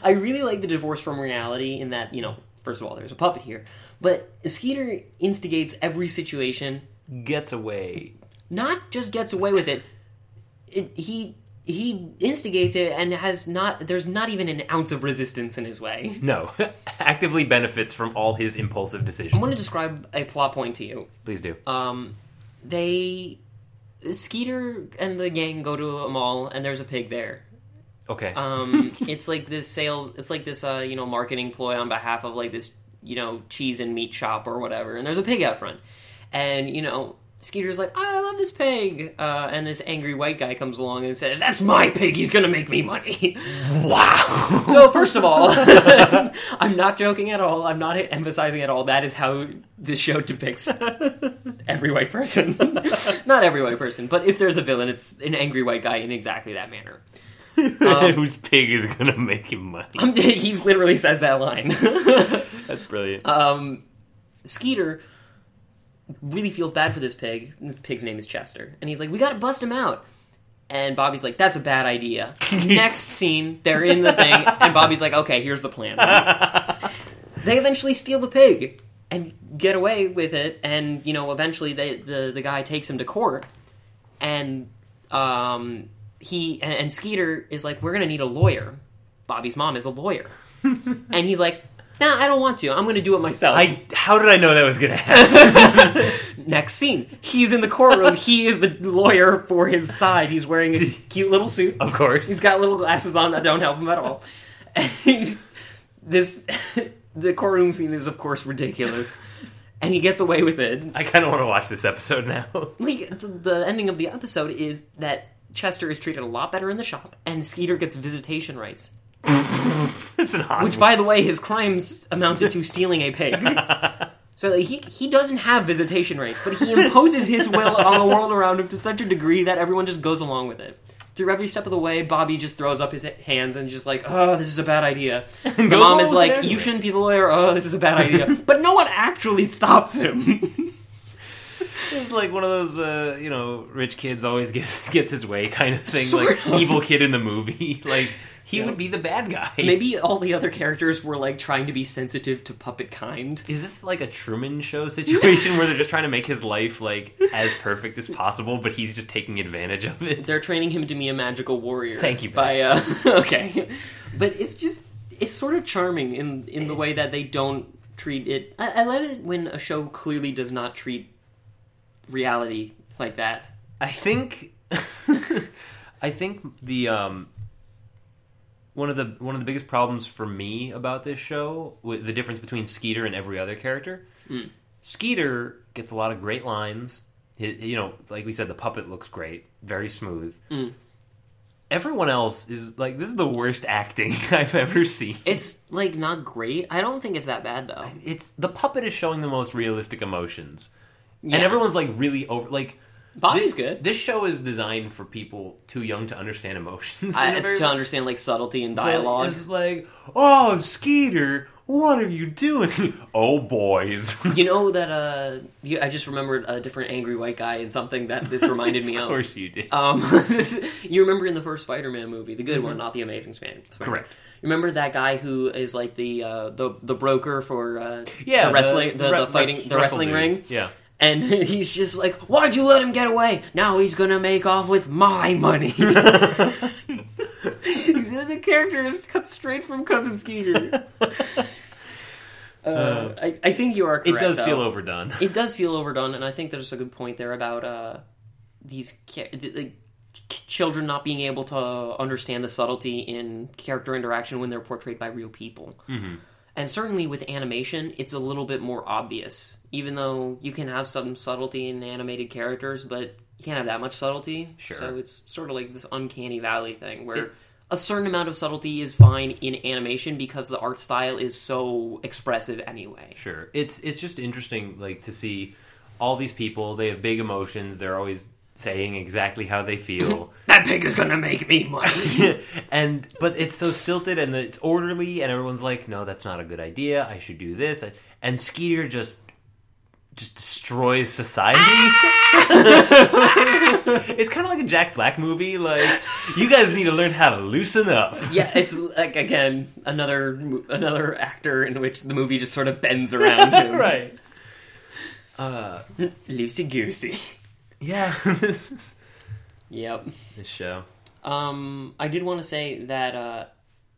S1: I really like the divorce from reality in that you know, first of all, there's a puppet here, but Skeeter instigates every situation.
S2: Gets away.
S1: Not just gets away with it. it he he instigates it and has not. There's not even an ounce of resistance in his way.
S2: No, *laughs* actively benefits from all his impulsive
S1: I
S2: decisions.
S1: want to describe a plot point to you.
S2: Please do.
S1: Um, they Skeeter and the gang go to a mall, and there's a pig there.
S2: okay. *laughs*
S1: Um, it's like this sales. It's like this, uh, you know, marketing ploy on behalf of like this, you know, cheese and meat shop or whatever. And there's a pig out front, and you know, Skeeter's like, "I love this pig," uh, and this angry white guy comes along and says, "That's my pig. He's gonna make me money."
S2: wow.
S1: so first of all, *laughs* I'm not joking at all. I'm not emphasizing at all. That is how this show depicts every white person. *laughs* not every white person, but if there's a villain, it's an angry white guy in exactly that manner. um,
S2: Whose pig is gonna make him money?
S1: I'm- *laughs* he literally says that line. *laughs*
S2: That's brilliant.
S1: um,
S2: *laughs*
S1: Skeeter really feels bad for this pig. This pig's name is Chester, and he's like, "We got to bust him out." And Bobby's like, "That's a bad idea." Next scene, they're in the thing, and Bobby's like, "Okay, here's the plan." they eventually steal the pig and get away with it, and you know, eventually they, the the guy takes him to court, and um, he and, and Skeeter is like, "We're gonna need a lawyer." Bobby's mom is a lawyer, and he's like, "Nah, I don't want to. I'm gonna do it myself."
S2: I how did I know that was gonna happen?
S1: *laughs* Next scene, he's in the courtroom. he is the lawyer for his side. He's wearing a cute little suit.
S2: of course.
S1: He's got little glasses on that don't help him at all. *laughs* And he's this. *laughs* the courtroom scene is of course ridiculous, and he gets away with it.
S2: I kind of want to watch this episode now. *laughs*
S1: Like the, the ending of the episode is that Chester is treated a lot better in the shop, and Skeeter gets visitation rights.
S2: it's an odd.
S1: Which, by the way, his crimes amounted to stealing a
S2: *laughs*
S1: pig. So like, he he doesn't have visitation rights, but he imposes his will on the world around him to such a degree that everyone just goes along with it. Through every step of the way, Bobby just throws up his hands and just like, "Oh, this is a bad idea."
S2: *laughs*
S1: The
S2: goes
S1: mom
S2: along
S1: is
S2: with it
S1: like,
S2: anyway.
S1: "You shouldn't be the lawyer. Oh, this is a bad
S2: *laughs*
S1: idea." But no one actually stops him.
S2: It's like one of those, uh, you know, rich kids always gets *laughs* gets his way kind of thing,
S1: Sort
S2: like
S1: of.
S2: evil kid in the movie. *laughs* Like he would be the bad guy.
S1: Maybe all the other characters were like trying to be sensitive to puppet kind.
S2: Is this like a Truman Show situation where they're just trying to make his life like as perfect as possible, but he's just taking advantage of it?
S1: They're training him to be a magical warrior.
S2: Thank you,
S1: By uh, *laughs* okay, but it's just it's sort of charming in in the way that they don't treat it. I, I love it when a show clearly does not treat reality like that.
S2: I think, *laughs* I think the um, one of the one of the biggest problems for me about this show, with the difference between Skeeter and every other character, Skeeter gets a lot of great lines. Hi you know, like we said, the puppet looks great, very smooth. Everyone else is like this is the worst acting *laughs* I've ever seen.
S1: It's like not great. I don't think it's that bad though.
S2: it's the puppet is showing the most realistic emotions,
S1: Yeah.
S2: and everyone's like really over. Like
S1: Bobby's
S2: this,
S1: good.
S2: This show is designed for people too young to understand emotions.
S1: I,
S2: in a very-
S1: to understand like subtlety and
S2: so
S1: dialogue.
S2: It's like, oh, Skeeter. What are you doing? *laughs* oh, boys.
S1: You know that uh, you, I just remembered a different angry white guy and something that this *laughs* reminded me
S2: *laughs* of course you did.
S1: Um, *laughs* this, you remember in the first Spider-Man movie, the good one, not the Amazing Spider- Spider-Man.
S2: Mhm. Correct.
S1: You remember that guy who is like the uh, the the broker for uh,
S2: yeah,
S1: the wrestling the, the,
S2: re-
S1: fighting
S2: wrest-
S1: the wrestling
S2: wrestling
S1: ring. *laughs*
S2: Yeah.
S1: And he's just like, "Why'd you let him get away? Now he's gonna make off with my money."
S2: *laughs*
S1: *laughs* the character is cut straight from Cousin Skeeter.
S2: *laughs*
S1: Uh, I, I think you are
S2: It
S1: correct.
S2: does feel
S1: though
S2: overdone.
S1: it does feel overdone, and I think there's a good point there about uh, these cha- the, the ch- children not being able to understand the subtlety in character interaction when they're portrayed by real people. And certainly with animation, it's a little bit more obvious. Even though you can have some subtlety in animated characters, but you can't have that much subtlety.
S2: Sure.
S1: So it's sort of like this uncanny valley thing where. a certain amount of subtlety is fine in animation because the art style is so expressive anyway.
S2: Sure. It's it's just interesting like to see all these people, they have big emotions, they're always saying exactly how
S1: *laughs*
S2: they feel.
S1: That pig is gonna make me *laughs* money.
S2: *laughs* and but it's so stilted and it's orderly and everyone's like, "No, that's not a good idea. I should do this." And Skeeter just just destroys society. *laughs* it's kind of like a Jack Black movie like you guys need to learn how to loosen up.
S1: yeah, it's like again another mo- another actor in which the movie just sort of bends around him.
S2: *laughs* right.
S1: loosey goosey.
S2: Yeah. *laughs*
S1: Yep.
S2: this show.
S1: Um, I did want to say that uh,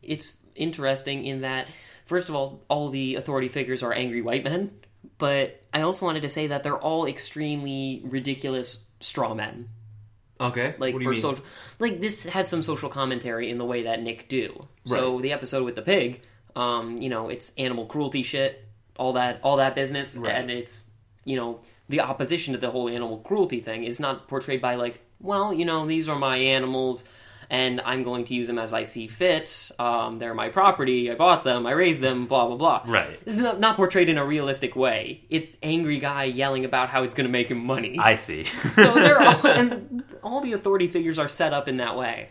S1: it's interesting in that first of all, all the authority figures are angry white men, but I also wanted to say that they're all extremely ridiculous straw men.
S2: Okay.
S1: like
S2: what
S1: for
S2: do you mean?
S1: social like this had some social commentary in the way that Nick do. So the episode with the pig, um, you know, it's animal cruelty shit, all that all that business and it's you know, the opposition to the whole animal cruelty thing is not portrayed by like, well, you know, these are my animals and I'm going to use them as I see fit. Um, they're my property. I bought them. I raised them. Blah blah blah.
S2: Right.
S1: This is not, not portrayed in a realistic way. It's angry guy yelling about how it's going to make him money.
S2: I see. *laughs*
S1: So they're *laughs* all, and all the authority figures are set up in that way.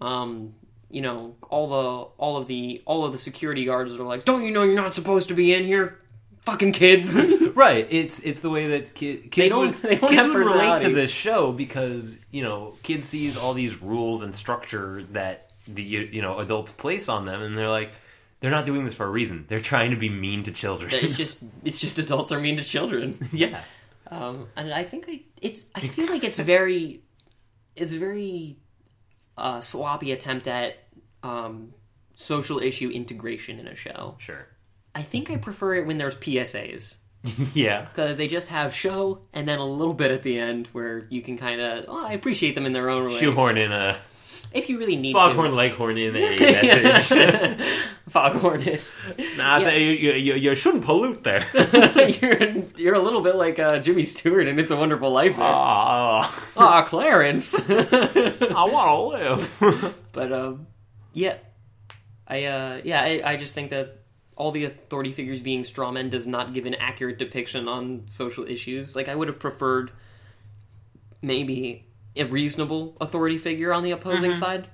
S1: Um, you know, all the all of the all of the security guards are like, "Don't you know you're not supposed to be in here, fucking *laughs* kids?"
S2: Right. It's it's the way that ki- kids
S1: don't-
S2: would,
S1: they don't
S2: kids
S1: have
S2: would relate to
S1: personalities.
S2: this show because you know kids sees all these rules and structure that the you you know adults place on them, and they're like, they're not doing this for a reason. They're trying to be mean to children. *laughs*
S1: it's just it's just adults are mean to children.
S2: yeah.
S1: Um, and I think I it's I feel like it's very it's a very uh, sloppy attempt at um, social issue integration in a show.
S2: Sure.
S1: I think I prefer it when there's PSAs.
S2: Yeah.
S1: because they just have show and then a little bit at the end where you can kind of oh, I appreciate them in their own way
S2: Shoehorn in *laughs* a
S1: if you really need
S2: foghorn leghorn in *laughs* a *laughs* message.
S1: to *laughs* foghorn it. *laughs*
S2: nah, so you, you, you, you shouldn't pollute *laughs* there.
S1: you're you're a little bit like uh, Jimmy Stewart and It's a Wonderful Life. there.
S2: Ah,
S1: Ah, Clarence. *laughs*
S2: I want to live. *laughs*
S1: but um, yeah, I uh, yeah I, I just think that all the authority figures being straw men does not give an accurate depiction on social issues. Like I would have preferred maybe a reasonable authority figure on the opposing side.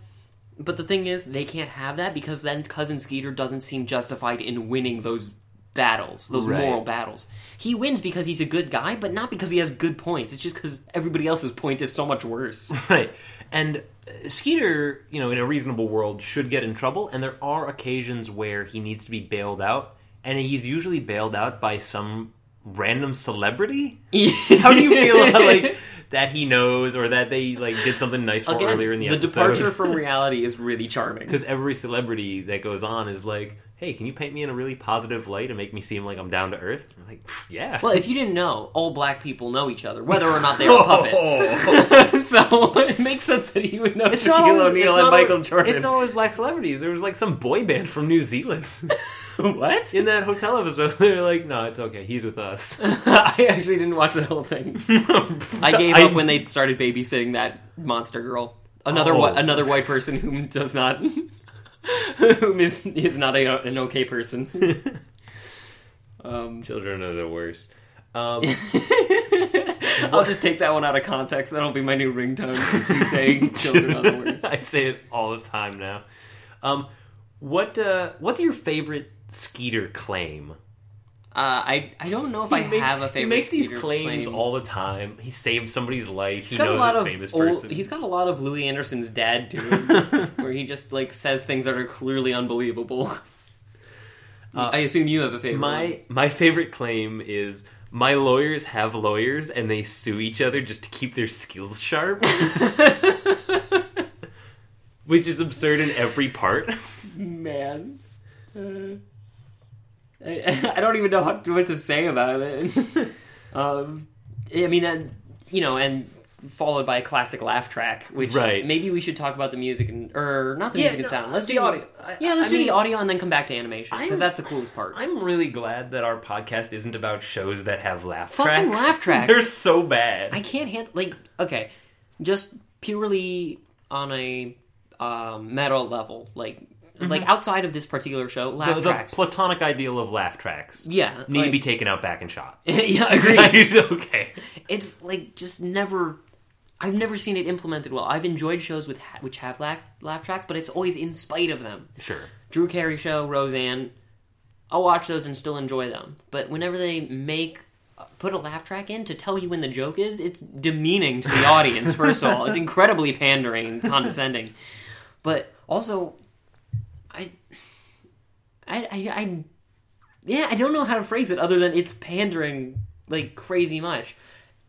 S1: But the thing is, they can't have that because then Cousin Skeeter doesn't seem justified in winning those battles, those
S2: Right.
S1: moral battles. He wins because he's a good guy, but not because he has good points. It's just because everybody else's point is so much worse.
S2: *laughs* Right. And uh, Skeeter, you know, in a reasonable world, should get in trouble, and there are occasions where he needs to be bailed out, and he's usually bailed out by some random *laughs* celebrity. How do you feel about, like that he knows or that they like did something nice for
S1: Again,
S2: earlier in the, episode? *laughs*
S1: departure from reality is really charming.
S2: because every celebrity that goes on is like, "Hey, can you paint me in a really positive light and make me seem like I'm down to earth?" I'm like, "Pfft, yeah. *laughs*
S1: Well, if you didn't know, all black people know each other, whether or not they are puppets. *laughs* so it makes sense that he would know
S2: Oh. It's not
S1: *laughs* Shaquille
S2: always- it's
S1: O'Neal
S2: not
S1: and
S2: always-
S1: Michael Jordan.
S2: It's not always black celebrities. There was like some boy band from New Zealand. *laughs*
S1: *laughs* what?
S2: in that hotel episode, *laughs* they're like, "No, it's okay. He's with us."
S1: I actually didn't watch the whole thing. I gave
S2: I-
S1: up when they started babysitting that monster girl. Another
S2: Oh.
S1: whi- another white person whom *laughs* does not, whom is is not a, an okay person.
S2: *laughs*
S1: um,
S2: *laughs* Children are the worst.
S1: *laughs*
S2: Um, *laughs*
S1: I'll just take that one out of context. That'll be my new ringtone. 'cause you *laughs*
S2: *laughs*
S1: saying children are the worst.
S2: I say it all the time now. Um, what uh, What's your favorite Skeeter claim.
S1: Uh, I I don't know if I
S2: He make-
S1: have a
S2: He
S1: favorite.
S2: makes these
S1: Skeeter
S2: claims
S1: claim.
S2: all the time. He saved somebody's life.
S1: He's
S2: he
S1: got
S2: knows
S1: a lot
S2: this
S1: of
S2: famous
S1: old-
S2: person.
S1: He's got a lot of Louis Anderson's dad *laughs* too, where he just like says things that are clearly unbelievable. I assume you have a favorite. one.
S2: Uh, my my favorite claim is my lawyers have lawyers and they sue each other just to keep their skills sharp, *laughs*
S1: *laughs*
S2: which is absurd in every part.
S1: man. Uh, I, *laughs* I don't even know how, what to say about it. *laughs* um, I mean, that, you know, and followed by a classic laugh track, which
S2: Right.
S1: maybe we should talk about the music and or not the
S2: Yeah,
S1: music and
S2: no, uh,
S1: sound. Let's
S2: the
S1: do
S2: audio. I-
S1: yeah, let's
S2: I
S1: do
S2: mean-
S1: the audio and then come back to animation because
S2: I'm-
S1: that's the coolest part.
S2: I'm really glad that our podcast isn't about shows that have laugh
S1: Fucking
S2: tracks.
S1: laugh tracks.
S2: *laughs* They're so bad.
S1: I can't handle like okay, just purely on a um, meta level, like
S2: Mm-hmm.
S1: like outside of this particular show, laugh
S2: Uh, the, the
S1: tracks.
S2: platonic ideal of laugh tracks
S1: yeah,
S2: need to
S1: like-
S2: be taken out back and shot.
S1: *laughs* yeah,
S2: *laughs*
S1: agreed.
S2: okay.
S1: it's like just never I've never seen it implemented well. I've enjoyed shows with ha- which have laugh, laugh tracks, but it's always in spite of them.
S2: Sure.
S1: Drew Carey show, Roseanne, I'll watch those and still enjoy them. But whenever they make put a laugh track in to tell you when the joke is, it's demeaning to the audience. first of all, it's incredibly pandering and condescending. But also, I, I, I, I yeah, I don't know how to phrase it other than it's pandering like crazy much.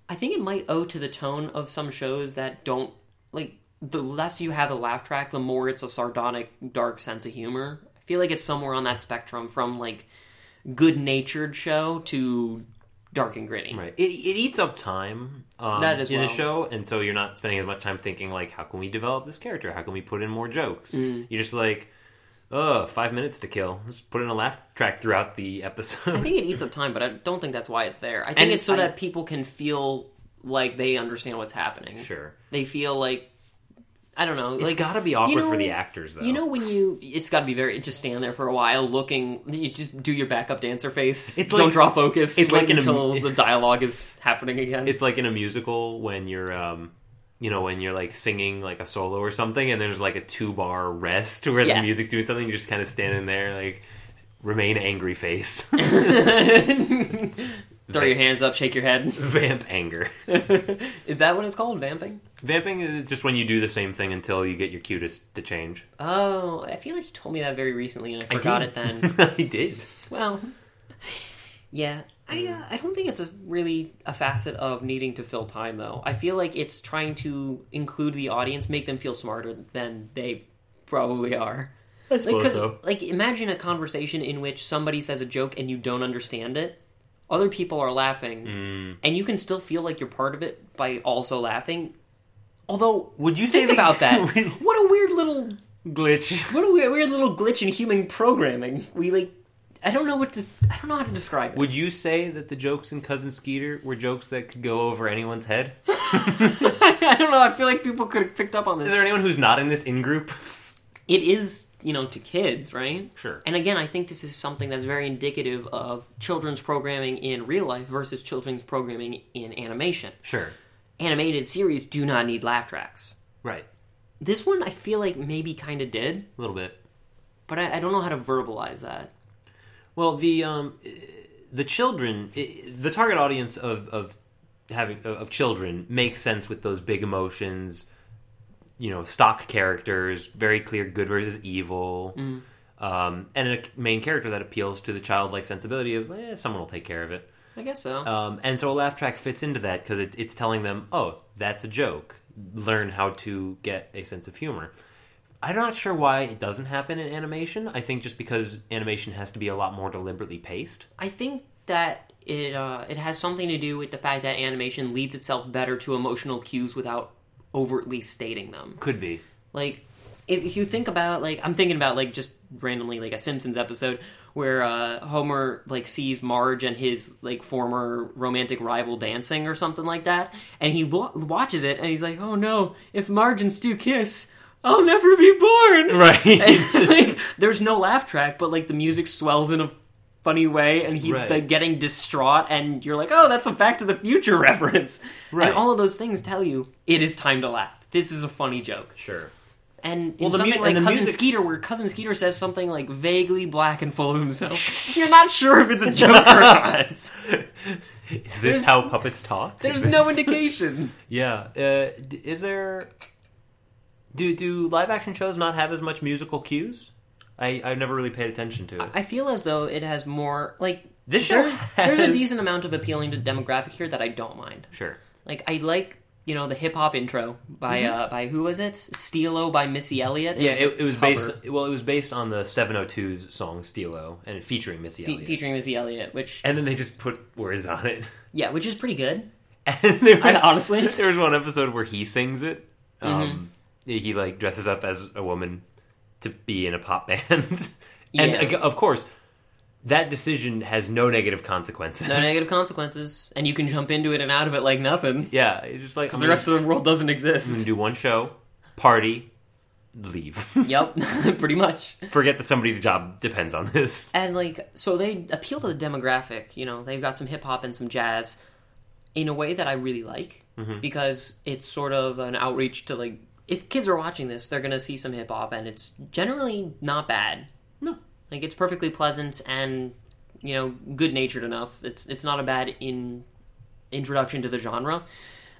S1: I think it might owe to the tone of some shows that don't like the less you have a laugh track, the more it's a sardonic, dark sense of humor. I feel like it's somewhere on that spectrum from like good natured show to dark and gritty.
S2: Right. It, it eats up time um,
S1: That as
S2: in the
S1: well.
S2: show, and so you're not spending as much time thinking like, how can we develop this character? How can we put in more jokes?
S1: Mm.
S2: You're just like, oh, five minutes to kill. Let's put in a laugh track throughout the episode.
S1: I think it eats up time, but I don't think that's why it's there. I think
S2: And
S1: it's so
S2: I-
S1: that people can feel like they understand what's happening.
S2: *laughs* sure.
S1: They feel like I don't know. like
S2: it's got to be awkward
S1: you know,
S2: for the actors, though.
S1: You know when you it's got to be very just stand there for a while looking. You just do your backup dancer face.
S2: It's
S1: Don't
S2: like-
S1: draw focus.
S2: it's
S1: wait
S2: like an am-
S1: until the dialogue is happening again. *laughs*
S2: it's like in a musical when you're um you know when you're like singing like a solo or something and there's like a two bar rest where
S1: Yeah.
S2: the music's doing something you're just kind of standing there like remain angry
S1: *laughs*
S2: face
S1: Throw your hands up, shake your head. *laughs*
S2: vamp anger
S1: Is that what it's called?
S2: Uh,
S1: Vamping?
S2: vamping is just when you do the same thing until you get your cutest to change
S1: Oh, I feel like you told me that very recently, and I forgot it
S2: *laughs*
S1: then.
S2: i did
S1: well, yeah. I, uh, I don't think it's a really a facet of needing to fill time though. I feel like it's trying to include the audience, make them feel smarter than they probably are.
S2: i
S1: Like,
S2: suppose
S1: 'cause,
S2: so
S1: like, imagine a conversation in which somebody says a joke and you don't understand it. Other people are laughing,
S2: Mm.
S1: and you can still feel like you're part of it by also laughing. Although,
S2: would you say
S1: think about *laughs*
S2: *laughs*
S1: that. what a weird little,
S2: glitch
S1: what a weird, weird little glitch in human programming. We like, I don't know what to, I don't know how to describe it. *laughs*
S2: would you say that the jokes in cousin skeeter were jokes that could go over anyone's head
S1: I don't know. I feel like people could have picked up on this.
S2: is there anyone who's not in this in group
S1: it is you know to kids right
S2: Sure.
S1: and again i think this is something that's very indicative of children's programming in real life versus children's programming in animation
S2: sure
S1: animated series do not need laugh tracks
S2: right
S1: this one i feel like maybe kind of did
S2: a little bit
S1: but I, I don't know how to verbalize that
S2: Well, the um, the children, the target audience of of having of children makes sense with those big emotions. You know, stock characters, very clear good versus evil, um, and a main character that appeals to the childlike sensibility of eh, someone will take care of it.
S1: i guess so
S2: Um, and so a laugh track fits into that because it, it's telling them, oh, that's a joke. Learn how to get a sense of humor. I'm not sure why it doesn't happen in animation. I think just because animation has to be a lot more deliberately paced.
S1: i think that it uh, it has something to do with the fact that animation leads itself better to emotional cues without overtly stating them
S2: Could
S1: *laughs*
S2: be.
S1: Like, if, if you think about, like, I'm thinking about, like, just randomly, like, a Simpsons episode where uh, Homer, like, sees Marge and his, like, former romantic rival dancing or something like that. And he wa watches it and he's like, oh no, if Marge and Stu kiss, I'll never be born.
S2: Right. *laughs*
S1: like, there's no laugh track, but, like, the music swells in a funny way and he's
S2: Right.
S1: like getting distraught and you're like oh that's a back to the future *laughs* reference
S2: Right.
S1: and all of those things tell you it is time to laugh this is a funny joke
S2: sure.
S1: And in
S2: Well, the
S1: something
S2: mu-
S1: like
S2: and the
S1: Cousin
S2: music-
S1: Skeeter, where Cousin Skeeter says something like vaguely black and full of himself, *laughs* you're not sure if it's a joke
S2: *laughs*
S1: or not.
S2: Is
S1: There's-
S2: this how puppets talk?
S1: There's
S2: Is this- *laughs*
S1: no indication.
S2: Yeah. Uh, d- is there? Do do live action shows not have as much musical cues? I I've never really paid attention to it.
S1: I feel as though it has more like
S2: This show
S1: there- there's a
S2: has-
S1: decent amount of appealing to demographic here that I don't mind.
S2: sure.
S1: Like I like you know the hip hop intro by uh by who was it? Steelo by Missy Elliott.
S2: Yeah, it, it was based.
S1: cover
S2: Well, it was based on the 702's song "Stilo" and featuring Missy
S1: fe-
S2: Elliott.
S1: featuring Missy Elliott, which
S2: and then they just put words on it. *laughs*
S1: yeah, which is pretty good.
S2: And there
S1: I-
S2: was,
S1: honestly-
S2: *laughs*
S1: Mm-hmm.
S2: there was one episode where he sings it. Um, He like dresses up as a woman to be in a pop *laughs* band, and
S1: Yeah.
S2: ag- of course, that decision has no negative consequences.
S1: No negative consequences, and you can jump into it and out of it like nothing.
S2: *laughs* Yeah, it's just like I'm
S1: The
S2: gonna-
S1: rest of the world doesn't
S2: I'm gonna
S1: exist.
S2: do one show, party, leave. *laughs*
S1: yep, *laughs* pretty much.
S2: Forget that somebody's job depends on this.
S1: And like, so they appeal to the demographic. You know, they've got some hip hop and some jazz in a way that I really like because it's sort of an outreach to like, if kids are watching this, they're gonna see some hip hop, and it's generally not bad.
S2: No.
S1: Like, it's perfectly pleasant and you know, good natured enough. It's it's not a bad in introduction to the genre.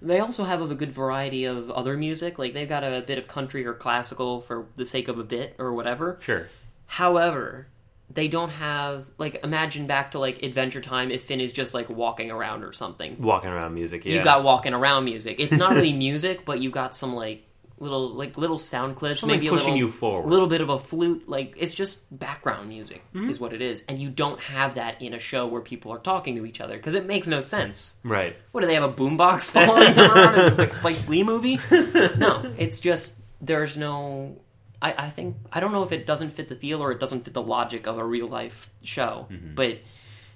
S1: They also have a good variety of other music. Like they've got a bit of country or classical for the sake of a bit or whatever.
S2: Sure.
S1: However, they don't have like imagine back to like Adventure Time if Finn is just like walking around or something.
S2: Walking around music, yeah.
S1: You got walking around music. It's not
S2: *laughs*
S1: really music, but you got some like little like little sound clips,
S2: Something
S1: maybe a
S2: pushing
S1: little,
S2: you forward.
S1: *laughs*
S2: Mm-hmm.
S1: little bit of a flute. Like it's just background music is what it is, and you don't have that in a show where people are talking to each other because it makes no sense.
S2: *laughs* Right.
S1: What do they have a boombox *laughs* following them around? It's like Spike Lee movie. No, it's just there's no. I, I think I don't know if it doesn't fit the feel or it doesn't fit the logic of a real life show,
S2: Mm-hmm.
S1: but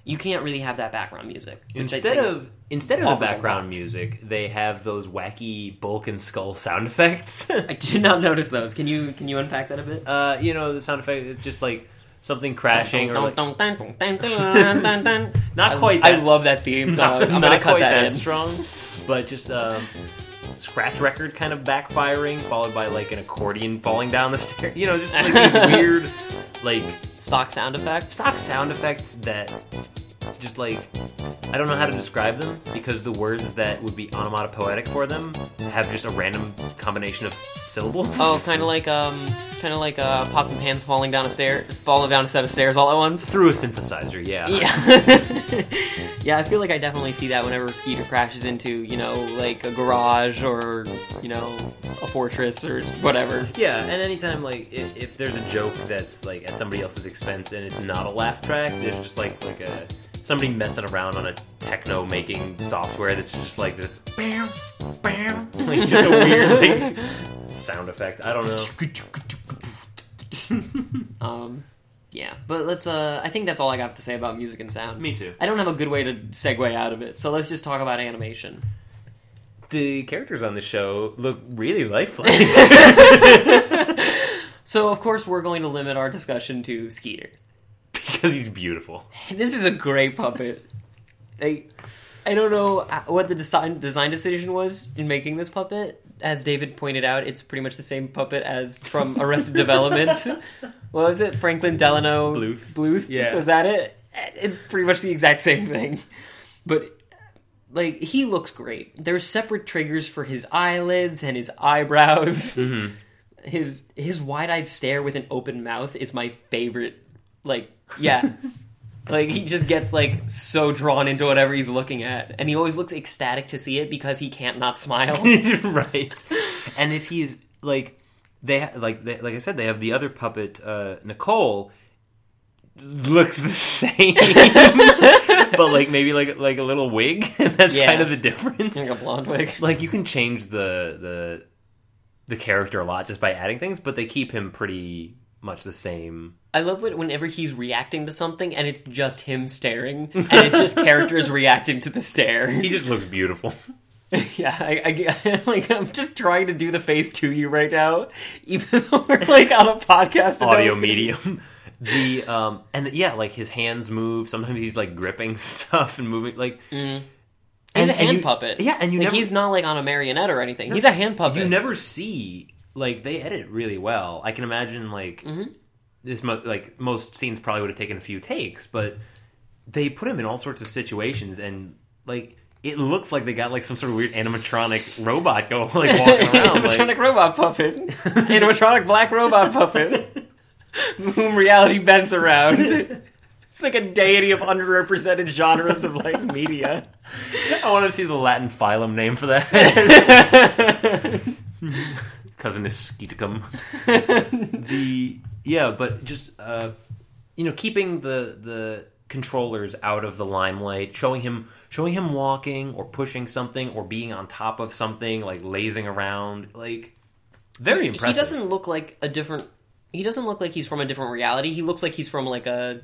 S1: you can't really have that background music which I
S2: Instead
S1: think-
S2: of instead of
S1: offers
S2: the
S1: a
S2: background
S1: lot.
S2: music, they have those wacky bulk and skull sound effects. *laughs*
S1: I did not notice those. Can you can you unpack that a bit?
S2: uh, you know, the sound effect it's just like something crashing or
S1: *laughs*
S2: like, not quite
S1: I,
S2: that,
S1: love that theme song.
S2: not,
S1: I'm
S2: not
S1: gonna cut
S2: quite
S1: that, in.
S2: strong, but just um, scratch record kind of backfiring, followed by like an accordion falling down the *laughs* stairs. You know, just like
S1: *laughs*
S2: these weird like
S1: Stock sound effects.
S2: stock sound effects that just like I don't know how to describe them because the words that would be onomatopoetic for them have just a random combination of syllables.
S1: Oh, kind of like um, kind of like uh, pots and pans falling down a stair, falling down a set of stairs all at once.
S2: *laughs* through a synthesizer, yeah.
S1: Yeah, *laughs* yeah. I feel like I definitely see that whenever Skeeter crashes into you know like a garage or you know a fortress or whatever.
S2: Yeah, and anytime like if, if there's a joke that's like at somebody else's expense and it's not a laugh track, there's just like like a somebody messing around on a techno making software that's just like the bam bam *laughs* like just a weird
S1: *laughs*
S2: like sound effect. I don't know.
S1: Um, yeah. But let's. Uh, I think that's all I got to say about music and sound.
S2: Me too.
S1: I don't have a good way to segue out of it, so let's just talk about animation.
S2: The characters on the show look really lifelike. *laughs*
S1: So of course we're going to limit our discussion to Skeeter.
S2: because he's beautiful. *laughs*
S1: *laughs* This is a great puppet. I, I don't know uh, what the design design decision was in making this puppet. As David pointed out, it's pretty much the same puppet as from Arrested
S2: *laughs*
S1: Development. What was it? Franklin Delano
S2: Bluth.
S1: Bluth.
S2: Yeah.
S1: was that it? It's pretty much the exact same thing. But like he looks great. There's separate triggers for his eyelids and his
S2: *laughs*
S1: eyebrows. His his wide-eyed stare with an open mouth is my favorite. Like yeah. Like he just gets like so drawn into whatever he's looking at, and he always looks ecstatic to see it because he can't not smile.
S2: right. And if he's like they ha- like they, like I said, they have the other puppet uh, Nicole looks the *laughs* same, but like maybe like like a little wig. *laughs* And that's
S1: Yeah.
S2: kind of
S1: *laughs*
S2: the difference.
S1: like a blonde wig.
S2: Like you can change the the the character a lot just by adding things, but they keep him pretty much the same.
S1: I love it whenever he's reacting to something and it's just him staring, and it's just characters reacting to the stare. *laughs*
S2: He just looks beautiful.
S1: yeah, I, I get- *laughs* like I'm just trying to do the face to you right now, even though we're like on a podcast. and no
S2: audio
S1: one's gonna-
S2: medium. *laughs* the um and the, yeah, like his hands move. Sometimes he's like gripping *laughs* stuff and moving. Like
S1: Mm. He's
S2: and-
S1: a
S2: and
S1: hand
S2: you-
S1: puppet.
S2: Yeah, and you
S1: like
S2: never
S1: *laughs* he's not like on a marionette or anything. He's a hand puppet.
S2: you never see like they edit really well. I can imagine like
S1: Mm-hmm.
S2: this mo- like most scenes probably would have taken a few takes, but they put him in all sorts of situations and like it looks like they got like some sort of weird animatronic robot
S1: *laughs*
S2: going like walking around.
S1: animatronic
S2: like,
S1: robot *laughs* puppet, animatronic black robot *laughs* puppet, whom reality bends around. *laughs* It's like a deity of underrepresented genres of like *laughs* media.
S2: I want to see the Latin phylum name
S1: *laughs*
S2: for that. Cousin Esciticum. the yeah, but just uh, you know, keeping the the controllers out of the limelight, showing him showing him walking or pushing something or being on top of something, like lazing around, like very impressive.
S1: He doesn't look like a different. He doesn't look like he's from a different reality. He looks like he's from like a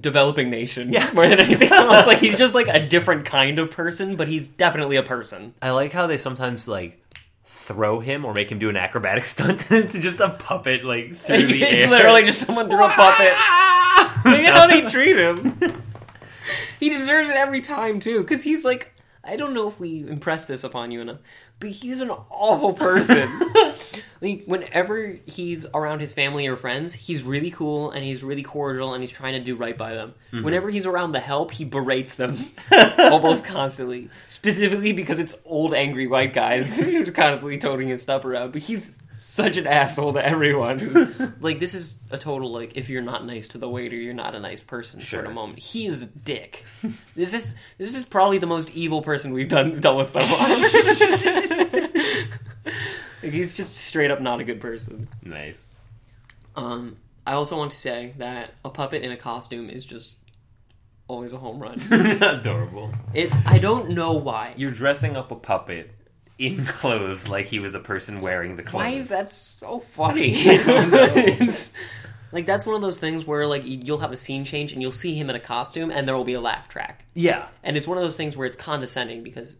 S1: developing nation
S2: Yeah.
S1: more than anything *laughs* else. Like he's just like a different kind of person, but he's definitely a person.
S2: I like how they sometimes like throw him or make him do an acrobatic *laughs* stunt. it's just a puppet
S1: *laughs*
S2: like through the
S1: It's
S2: air.
S1: literally
S2: *laughs*
S1: "Ah!" just someone threw a *laughs* puppet. Look at *laughs* how they treat him. he deserves it every time too, because he's like, I don't know if we impressed this upon you enough, but he's an awful *laughs* person. like, whenever he's around his family or friends, he's really cool and he's really cordial and he's trying to do right by them. Whenever he's around the help, he berates them almost constantly, specifically because it's old angry white guys *laughs* who's constantly toting his stuff around. But he's such an asshole to everyone. like this is a total like if you're not nice to the waiter, you're not a nice person sort
S2: Sure.
S1: of moment. He is a dick. this is this is probably the most evil person we've done dealt with so far. like, he's just straight up not a good person.
S2: nice.
S1: Um, I also want to say that a puppet in a costume is just always a home *laughs* run.
S2: *laughs* Adorable.
S1: it's I don't know why.
S2: You're dressing up a puppet in clothes like he was a person wearing the clothes.
S1: Why is that so *laughs* funny? It's- like that's one of those things where like y- you'll have a scene change and you'll see him in a costume and there will be a laugh track.
S2: Yeah.
S1: And it's one of those things where it's condescending because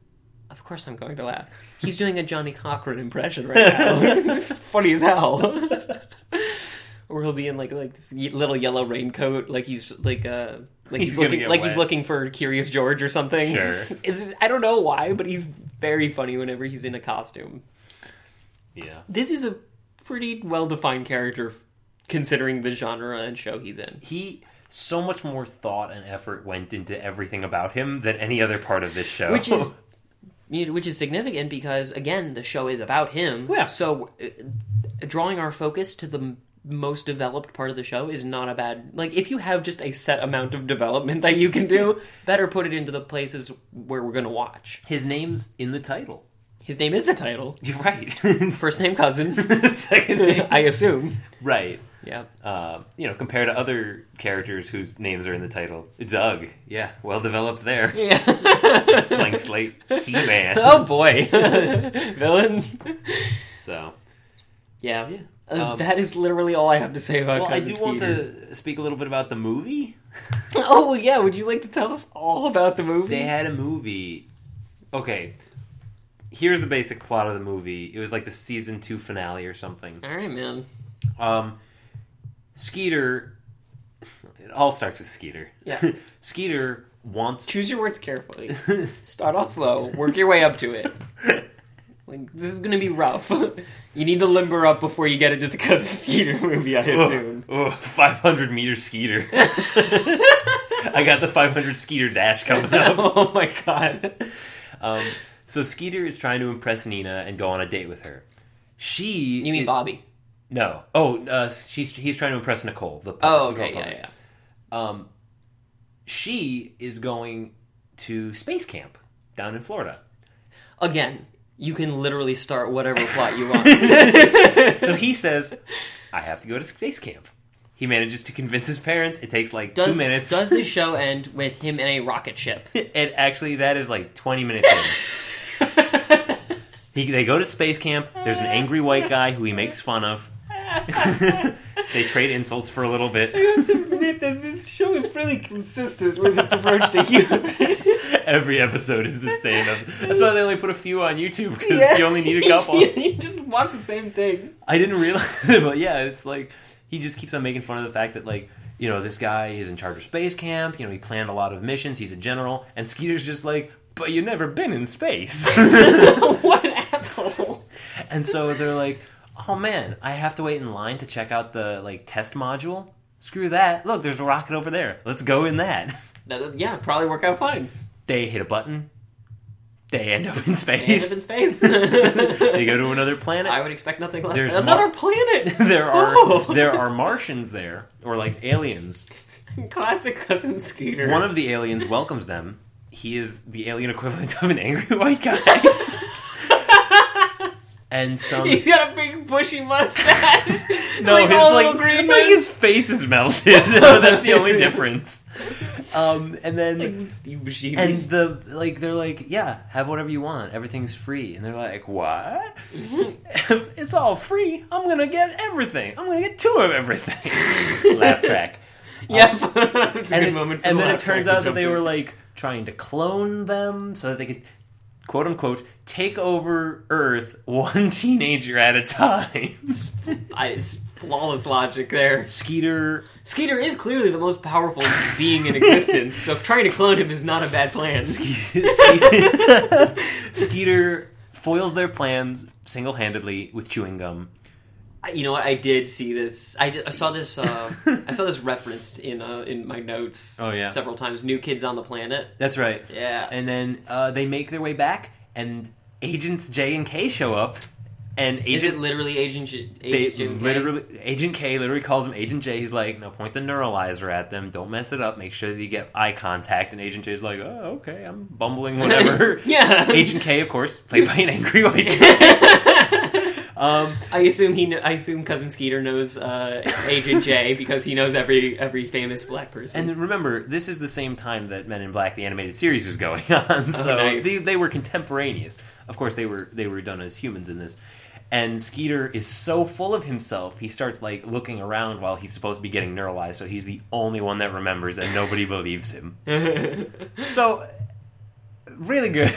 S1: of course I'm going to laugh. He's doing a Johnny Cochran impression right
S2: *laughs*
S1: now. *laughs* it's funny as hell. *laughs* or he'll be in like like this ye- little yellow raincoat like he's like uh like he's,
S2: He's gonna
S1: looking
S2: get
S1: like he's
S2: wet.
S1: looking for Curious George or something.
S2: Sure.
S1: *laughs* It's I don't know why, but he's very funny whenever he's in a costume
S2: Yeah.
S1: this is a pretty well defined character f- considering the genre and show he's in.
S2: He so much more thought and effort went into everything about him than any other part of this show.
S1: Which
S2: *laughs*
S1: is you know, which is significant because again the show is about him.
S2: Yeah.
S1: So uh, drawing our focus to the m- most developed part of the show is not a bad like if you have just a set amount of development that you can
S2: *laughs*
S1: do, better put it into the places where we're going to watch.
S2: his name's in the title. *laughs*
S1: His name is the title.
S2: You're right. *laughs*
S1: First name cousin,
S2: Second name.
S1: *laughs* I assume.
S2: Right.
S1: Yeah.
S2: Uh, you know, compared to other characters whose names are in the title. Doug. Yeah. Well developed there. *laughs*
S1: Yeah.
S2: Blank slate. He
S1: *laughs*
S2: man.
S1: oh boy. *laughs* Villain.
S2: So
S1: Yeah.
S2: Yeah.
S1: Uh,
S2: Um,
S1: that is literally all I have to say about
S2: Well, I
S1: Cousin
S2: do want
S1: Skeeter.
S2: to speak a little bit about the movie.
S1: *laughs* Oh, yeah. Would you like to tell us all about the movie?
S2: They had a movie. Okay. Here's the basic plot of the movie. It was like the season two finale or something.
S1: all right, man.
S2: Um, Skeeter. It all starts with Skeeter.
S1: Yeah.
S2: *laughs* Skeeter wants.
S1: Choose your words *laughs* carefully. Start off slow. Work your way up to *laughs* it. Like, this is going to be rough. *laughs* you need to limber up before you get into the Cousin Skeeter *laughs* movie, I assume.
S2: Oh, 500 meter Skeeter. I got the 500 Skeeter dash
S1: *laughs*
S2: coming up.
S1: oh, my God.
S2: Um, so Skeeter is trying to impress Nina and go on a date with her. She.
S1: You mean Bobby?
S2: No. Oh, uh, she's he's trying to impress Nicole. The
S1: Oh,
S2: the girl
S1: okay. Yeah,
S2: puppet.
S1: yeah.
S2: um, she is going to space camp down in Florida.
S1: Again, you can literally start whatever plot you *laughs* want.
S2: So he says, I have to go to space camp. He manages to convince his parents. It takes like
S1: Does,
S2: two minutes.
S1: does the show end with him in a rocket *laughs* ship?
S2: *laughs* and actually, that is like 20 minutes in. he, they go to space camp. There's an angry white guy who he makes fun of. *laughs* they trade insults for a little bit.
S1: have to admit that this show is fairly consistent with its approach to humor. *laughs*
S2: Every episode is the same. That's why they only put a few on YouTube because
S1: Yeah.
S2: you only need a couple.
S1: *laughs* you just watch the same thing. *laughs*
S2: I didn't realize *laughs* it, but yeah, it's like he just keeps on making fun of the fact that like you know this guy is in charge of space camp. You know he planned a lot of missions. He's a general, and Skeeter's just like, but you've never been in space, *laughs*
S1: what an asshole.
S2: and so they're like. oh man, I have to wait in line to check out the like test module. Screw that. Look, there's a rocket over there. Let's go in that. *laughs*
S1: That, uh, yeah, probably work out fine.
S2: They hit a button. They end up in space.
S1: End up in *laughs* space.
S2: *laughs* they go to another planet.
S1: I would expect nothing less.
S2: There's
S1: Another
S2: Mar-
S1: planet.
S2: *laughs* there are
S1: Oh.
S2: there are Martians there, or like aliens.
S1: Classic cousin Skeeter.
S2: One of the aliens welcomes them. He is the alien equivalent of an angry *laughs* white guy. and some *laughs*
S1: He's got a big bushy mustache. like all little green
S2: like
S1: men.
S2: his face is melted. *laughs* That's the
S1: *laughs*
S2: only difference. Um, and then
S1: Like Steve Buscemi.
S2: and
S1: *laughs*
S2: the like they're like, yeah, have whatever you want. Everything's free. And they're
S1: *laughs*
S2: like, what? *laughs* it's all free. I'm gonna get everything. I'm gonna get two of everything. *laughs* laugh track.
S1: *laughs* yep, it's a good
S2: and it-
S1: moment. For
S2: and
S1: the
S2: then it
S1: laugh track
S2: turns
S1: to
S2: out that
S1: jump
S2: they
S1: in.
S2: were like trying to clone them so that they could quote unquote take over Earth *laughs* one teenager at a time.
S1: I, it's flawless logic there.
S2: Skeeter
S1: Skeeter is clearly the most powerful
S2: *laughs*
S1: being in existence, so trying to clone him is not a bad plan.
S2: Skeeter, *laughs* Skeeter foils their plans single handedly with chewing gum.
S1: I- You know what? I did see this. I, did- I saw this. Uh, I saw this referenced in uh, in my notes.
S2: Oh, yeah.
S1: several times. New Kids on the Planet.
S2: That's right.
S1: Yeah.
S2: And then uh, they make their way back, and agents J and K show up, and
S1: is it
S2: agent.
S1: literally Agent? J-
S2: They
S1: Agent Jim K? *laughs*
S2: literally Agent K literally calls him Agent J. He's like, "No, point the neuralizer at them. Don't mess it up. Make sure that you get eye contact." And Agent J's like, "Oh, okay. I'm
S1: *laughs*
S2: bumbling whatever."
S1: yeah.
S2: Agent K, of course, played by an angry white guy. Um,
S1: *laughs* I assume he. Kn- I assume cousin Skeeter knows uh, Agent J because he knows every every famous black person.
S2: And remember, this is the same time that Men in Black: The Animated Series was going *laughs* on, so
S1: Oh, nice.
S2: they, they were contemporaneous. Of course, they were they were done as humans in this. And Skeeter is so full of himself, he starts like looking around while he's supposed to be getting neuralized. So he's the only one that remembers, and nobody *laughs* believes him. So really good,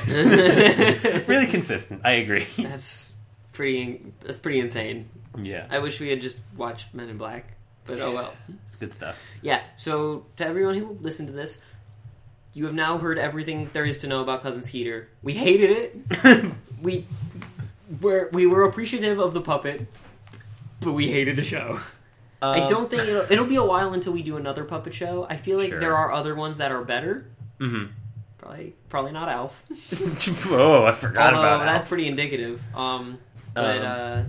S2: really consistent. I agree.
S1: *laughs* that's pretty. That's pretty insane.
S2: Yeah,
S1: I wish we had just watched Men in Black, but oh well.
S2: it's good stuff.
S1: Yeah. So to everyone who listened to this, you have now heard everything there is to know about cousin Skeeter. We hated it. we were we were appreciative of the puppet, but we hated the show.
S2: Uh,
S1: I
S2: *laughs*
S1: don't think it'll, it'll be a while until we do another puppet show. I feel like
S2: Sure.
S1: there are other ones that are better.
S2: Mhm.
S1: Probably, probably not
S2: *laughs*
S1: Alf.
S2: oh, I forgot
S1: Although
S2: about
S1: that's
S2: that.
S1: pretty indicative. Um, but
S2: Um,
S1: uh,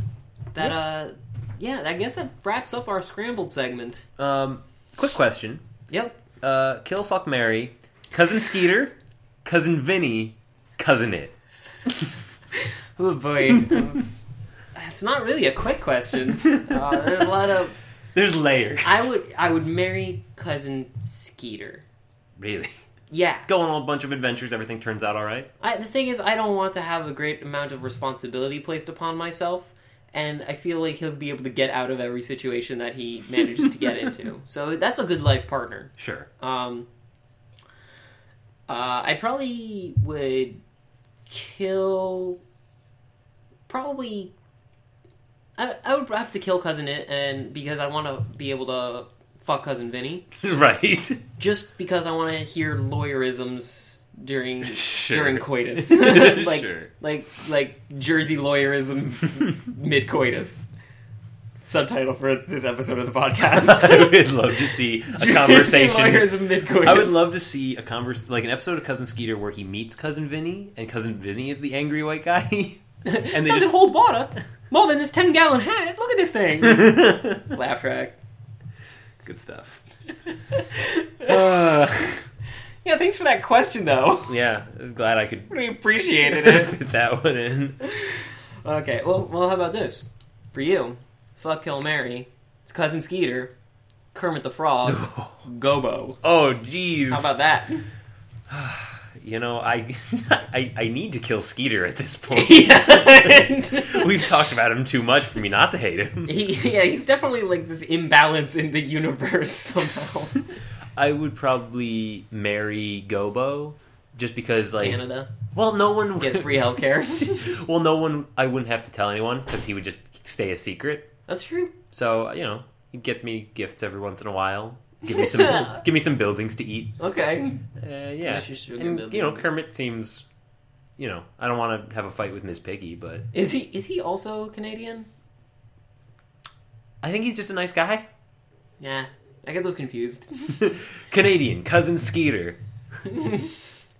S1: that uh, yeah, I guess that wraps up our scrambled segment.
S2: Um, quick question.
S1: Yep.
S2: uh, kill fuck Mary, cousin Skeeter, cousin Vinny, cousin it.
S1: Oh boy, that's, that's not really a quick question. *laughs* Uh, there's a lot of.
S2: There's layers.
S1: I would I would marry cousin Skeeter.
S2: really
S1: Yeah.
S2: go on a bunch of adventures. Everything turns out all right.
S1: I, the thing is, I don't want to have a great amount of responsibility placed upon myself, and I feel like he'll be able to get out of every situation that he manages to get *laughs* into. So that's a good life partner. *laughs*
S2: Sure. *laughs*
S1: Um, uh, I probably would kill. Probably, I I would have to kill cousin it, and because I want to be able to fuck cousin Vinny,
S2: right. *laughs*
S1: just because I want to hear lawyerisms during
S2: *laughs* Sure.
S1: during
S2: *laughs*
S1: coitus, like
S2: Sure.
S1: like like Jersey
S2: *laughs*
S1: lawyerisms mid coitus. Subtitle for this episode
S2: *laughs*
S1: of the podcast:
S2: I would love to see a conversation.
S1: Jersey lawyerism mid coitus.
S2: I would love to see a converse, like an episode of Cousin Skeeter where he meets cousin Vinny, and cousin Vinny is the angry white guy, *laughs* and they
S1: doesn't
S2: just
S1: hold water more than this 10 gallon hat. Look at this thing.
S2: *laughs*
S1: Laugh track. *sighs*
S2: good stuff. Uh,
S1: Yeah, thanks for that question, though. *laughs*
S2: yeah, I'm glad I could
S1: We appreciated it.
S2: *laughs* fit that one in.
S1: okay, well, well, how about this? For you, fuck Kill Mary, it's Cousin Skeeter, Kermit the Frog,
S2: *sighs*
S1: Gobo.
S2: Oh, jeez.
S1: How about that? *laughs*
S2: You know, I, *laughs* I I need to kill Skeeter at
S1: *laughs*
S2: this point.
S1: yeah,
S2: *laughs* We've talked about him too much for me not to hate him.
S1: he, yeah, he's definitely like this imbalance in the universe somehow.
S2: *laughs* I would probably marry Gobo just because *laughs* like
S1: Canada,
S2: well no one would,
S1: get free healthcare.
S2: *laughs* well no one I wouldn't have to tell anyone cuz he would just stay a secret.
S1: That's true.
S2: So, you know, he gets me gifts every once in a while.
S1: *laughs*
S2: Give me some give me some buildings to eat.
S1: Okay.
S2: Uh, yeah.
S1: Unless you're still
S2: And,
S1: getting
S2: you know,
S1: buildings.
S2: Kermit seems you know, I don't want to have a fight with Miss Piggy, but
S1: Is he is he also Canadian?
S2: I think he's just a nice guy. *laughs*
S1: Yeah, I get those confused.
S2: Canadian cousin
S1: *laughs*
S2: Skeeter.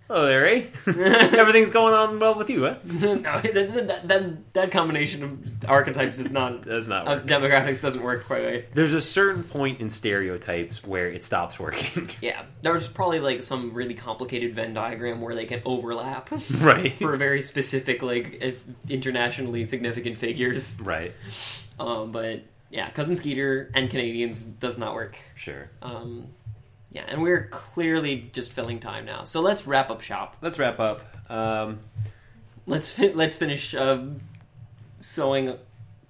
S2: Hello there, eh? *laughs* Everything's going on well with you, huh?
S1: *laughs* no, that, that, that, that combination of archetypes is not.
S2: That's not
S1: Uh,
S2: working.
S1: demographics doesn't work quite right.
S2: There's a certain point in stereotypes where it stops working, *laughs*
S1: Yeah, there's probably like some really complicated Venn diagram where they can *laughs* overlap
S2: right?
S1: for very specific, like if- internationally significant figures.
S2: Right.
S1: Um, but yeah, cousin Skeeter and Canadians does not work.
S2: Sure.
S1: Um, yeah, and we're clearly just filling time now. So let's wrap up shop.
S2: Let's wrap up. Um,
S1: Let's fi- let's finish um, sewing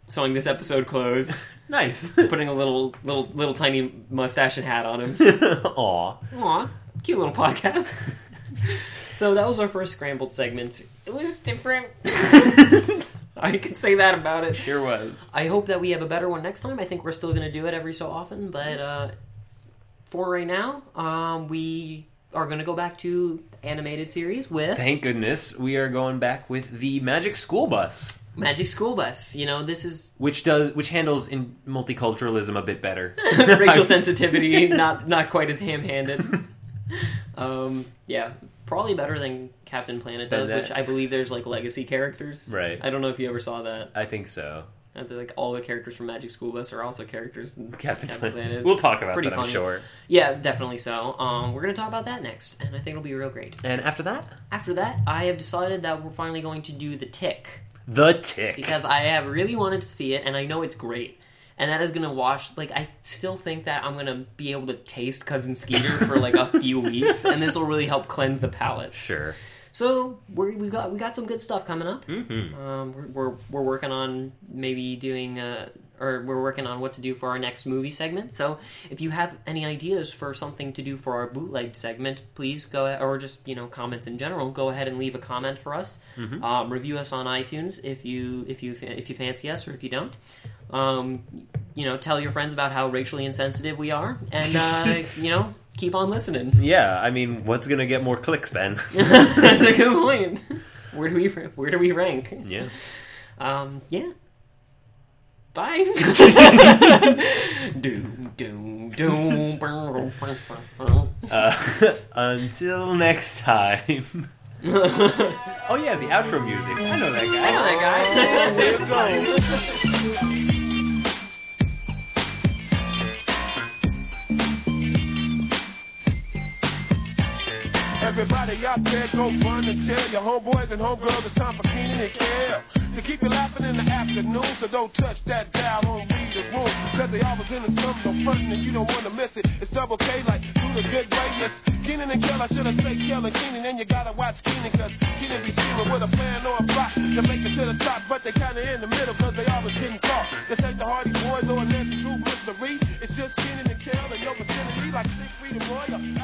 S1: sewing this episode closed.
S2: *laughs* nice.
S1: putting a little little little tiny mustache and hat on him.
S2: Aw.
S1: *laughs* Aw, cute little podcast. *laughs* so that was our first scrambled segment. It was different. *laughs* I can say that about it.
S2: Sure was.
S1: I hope that we have a better one next time. I think we're still going to do it every so often, but uh, for right now, um, we are going to go back to animated series with
S2: Thank goodness we are going back with the Magic School Bus,
S1: Magic School Bus. You know, this is
S2: which does which handles in multiculturalism a bit *laughs* better.
S1: racial
S2: *laughs*
S1: sensitivity not not quite as ham-handed um yeah probably better than captain planet does
S2: Than that.
S1: which i believe there's like legacy characters
S2: Right.
S1: i don't know if you ever saw that
S2: I think so.
S1: I think, like all the characters from magic school bus are also characters in
S2: Captain, Planet.
S1: It's
S2: We'll talk about
S1: pretty
S2: that,
S1: funny.
S2: I'm sure.
S1: yeah definitely so um we're gonna talk about that next and i think it'll be real great
S2: And after that,
S1: after that i have decided that we're finally going to do the tick
S2: The Tick.
S1: because I have really wanted to see it, and I know it's great. And that is gonna wash. Like I still think that I'm gonna be able to taste Cousin Skeeter for like a few weeks, and this will really help cleanse the palate.
S2: sure.
S1: So we're, we got we got some good stuff coming up.
S2: Mm-hmm.
S1: Um, we're, we're we're working on maybe doing uh, or we're working on what to do for our next movie segment. So if you have any ideas for something to do for our bootleg segment, please go ahead, or just you know comments in general. Go ahead and leave a comment for us. Um, review us on iTunes if you if you fa- if you fancy us or if you don't. Um, you know, tell your friends about how racially insensitive we are, and uh, you know, keep on listening. *laughs*
S2: Yeah, I mean, what's gonna get more clicks, Ben? *laughs*
S1: That's a good point. Where do we where do we rank?
S2: yeah.
S1: Um, yeah. Bye. *laughs* doom, doom, doom.
S2: Uh, until next
S1: *laughs*
S2: time. oh yeah, the outro music. I know that guy.
S1: I know that guy. It's fun.
S4: Everybody out there, go run and tell your homeboys and homegirls it's time for Keenan and Kel. To keep you laughing in the afternoon, so don't touch that dial on read the room. Cause they always in the something frontin' and you don't wanna miss it. It's double K like do the good way. It's Keenan and Kel, I should've said Kel and Keenan, and you gotta watch Keenan cause Keenan be scheming with a plan or a plot to make it to the top, but they kinda in the middle cause they always getting caught. This ain't the Hardy Boys or a Nancy Drew mystery. It's just Keenan and Kel and your vicinity like Siegfried and Roy.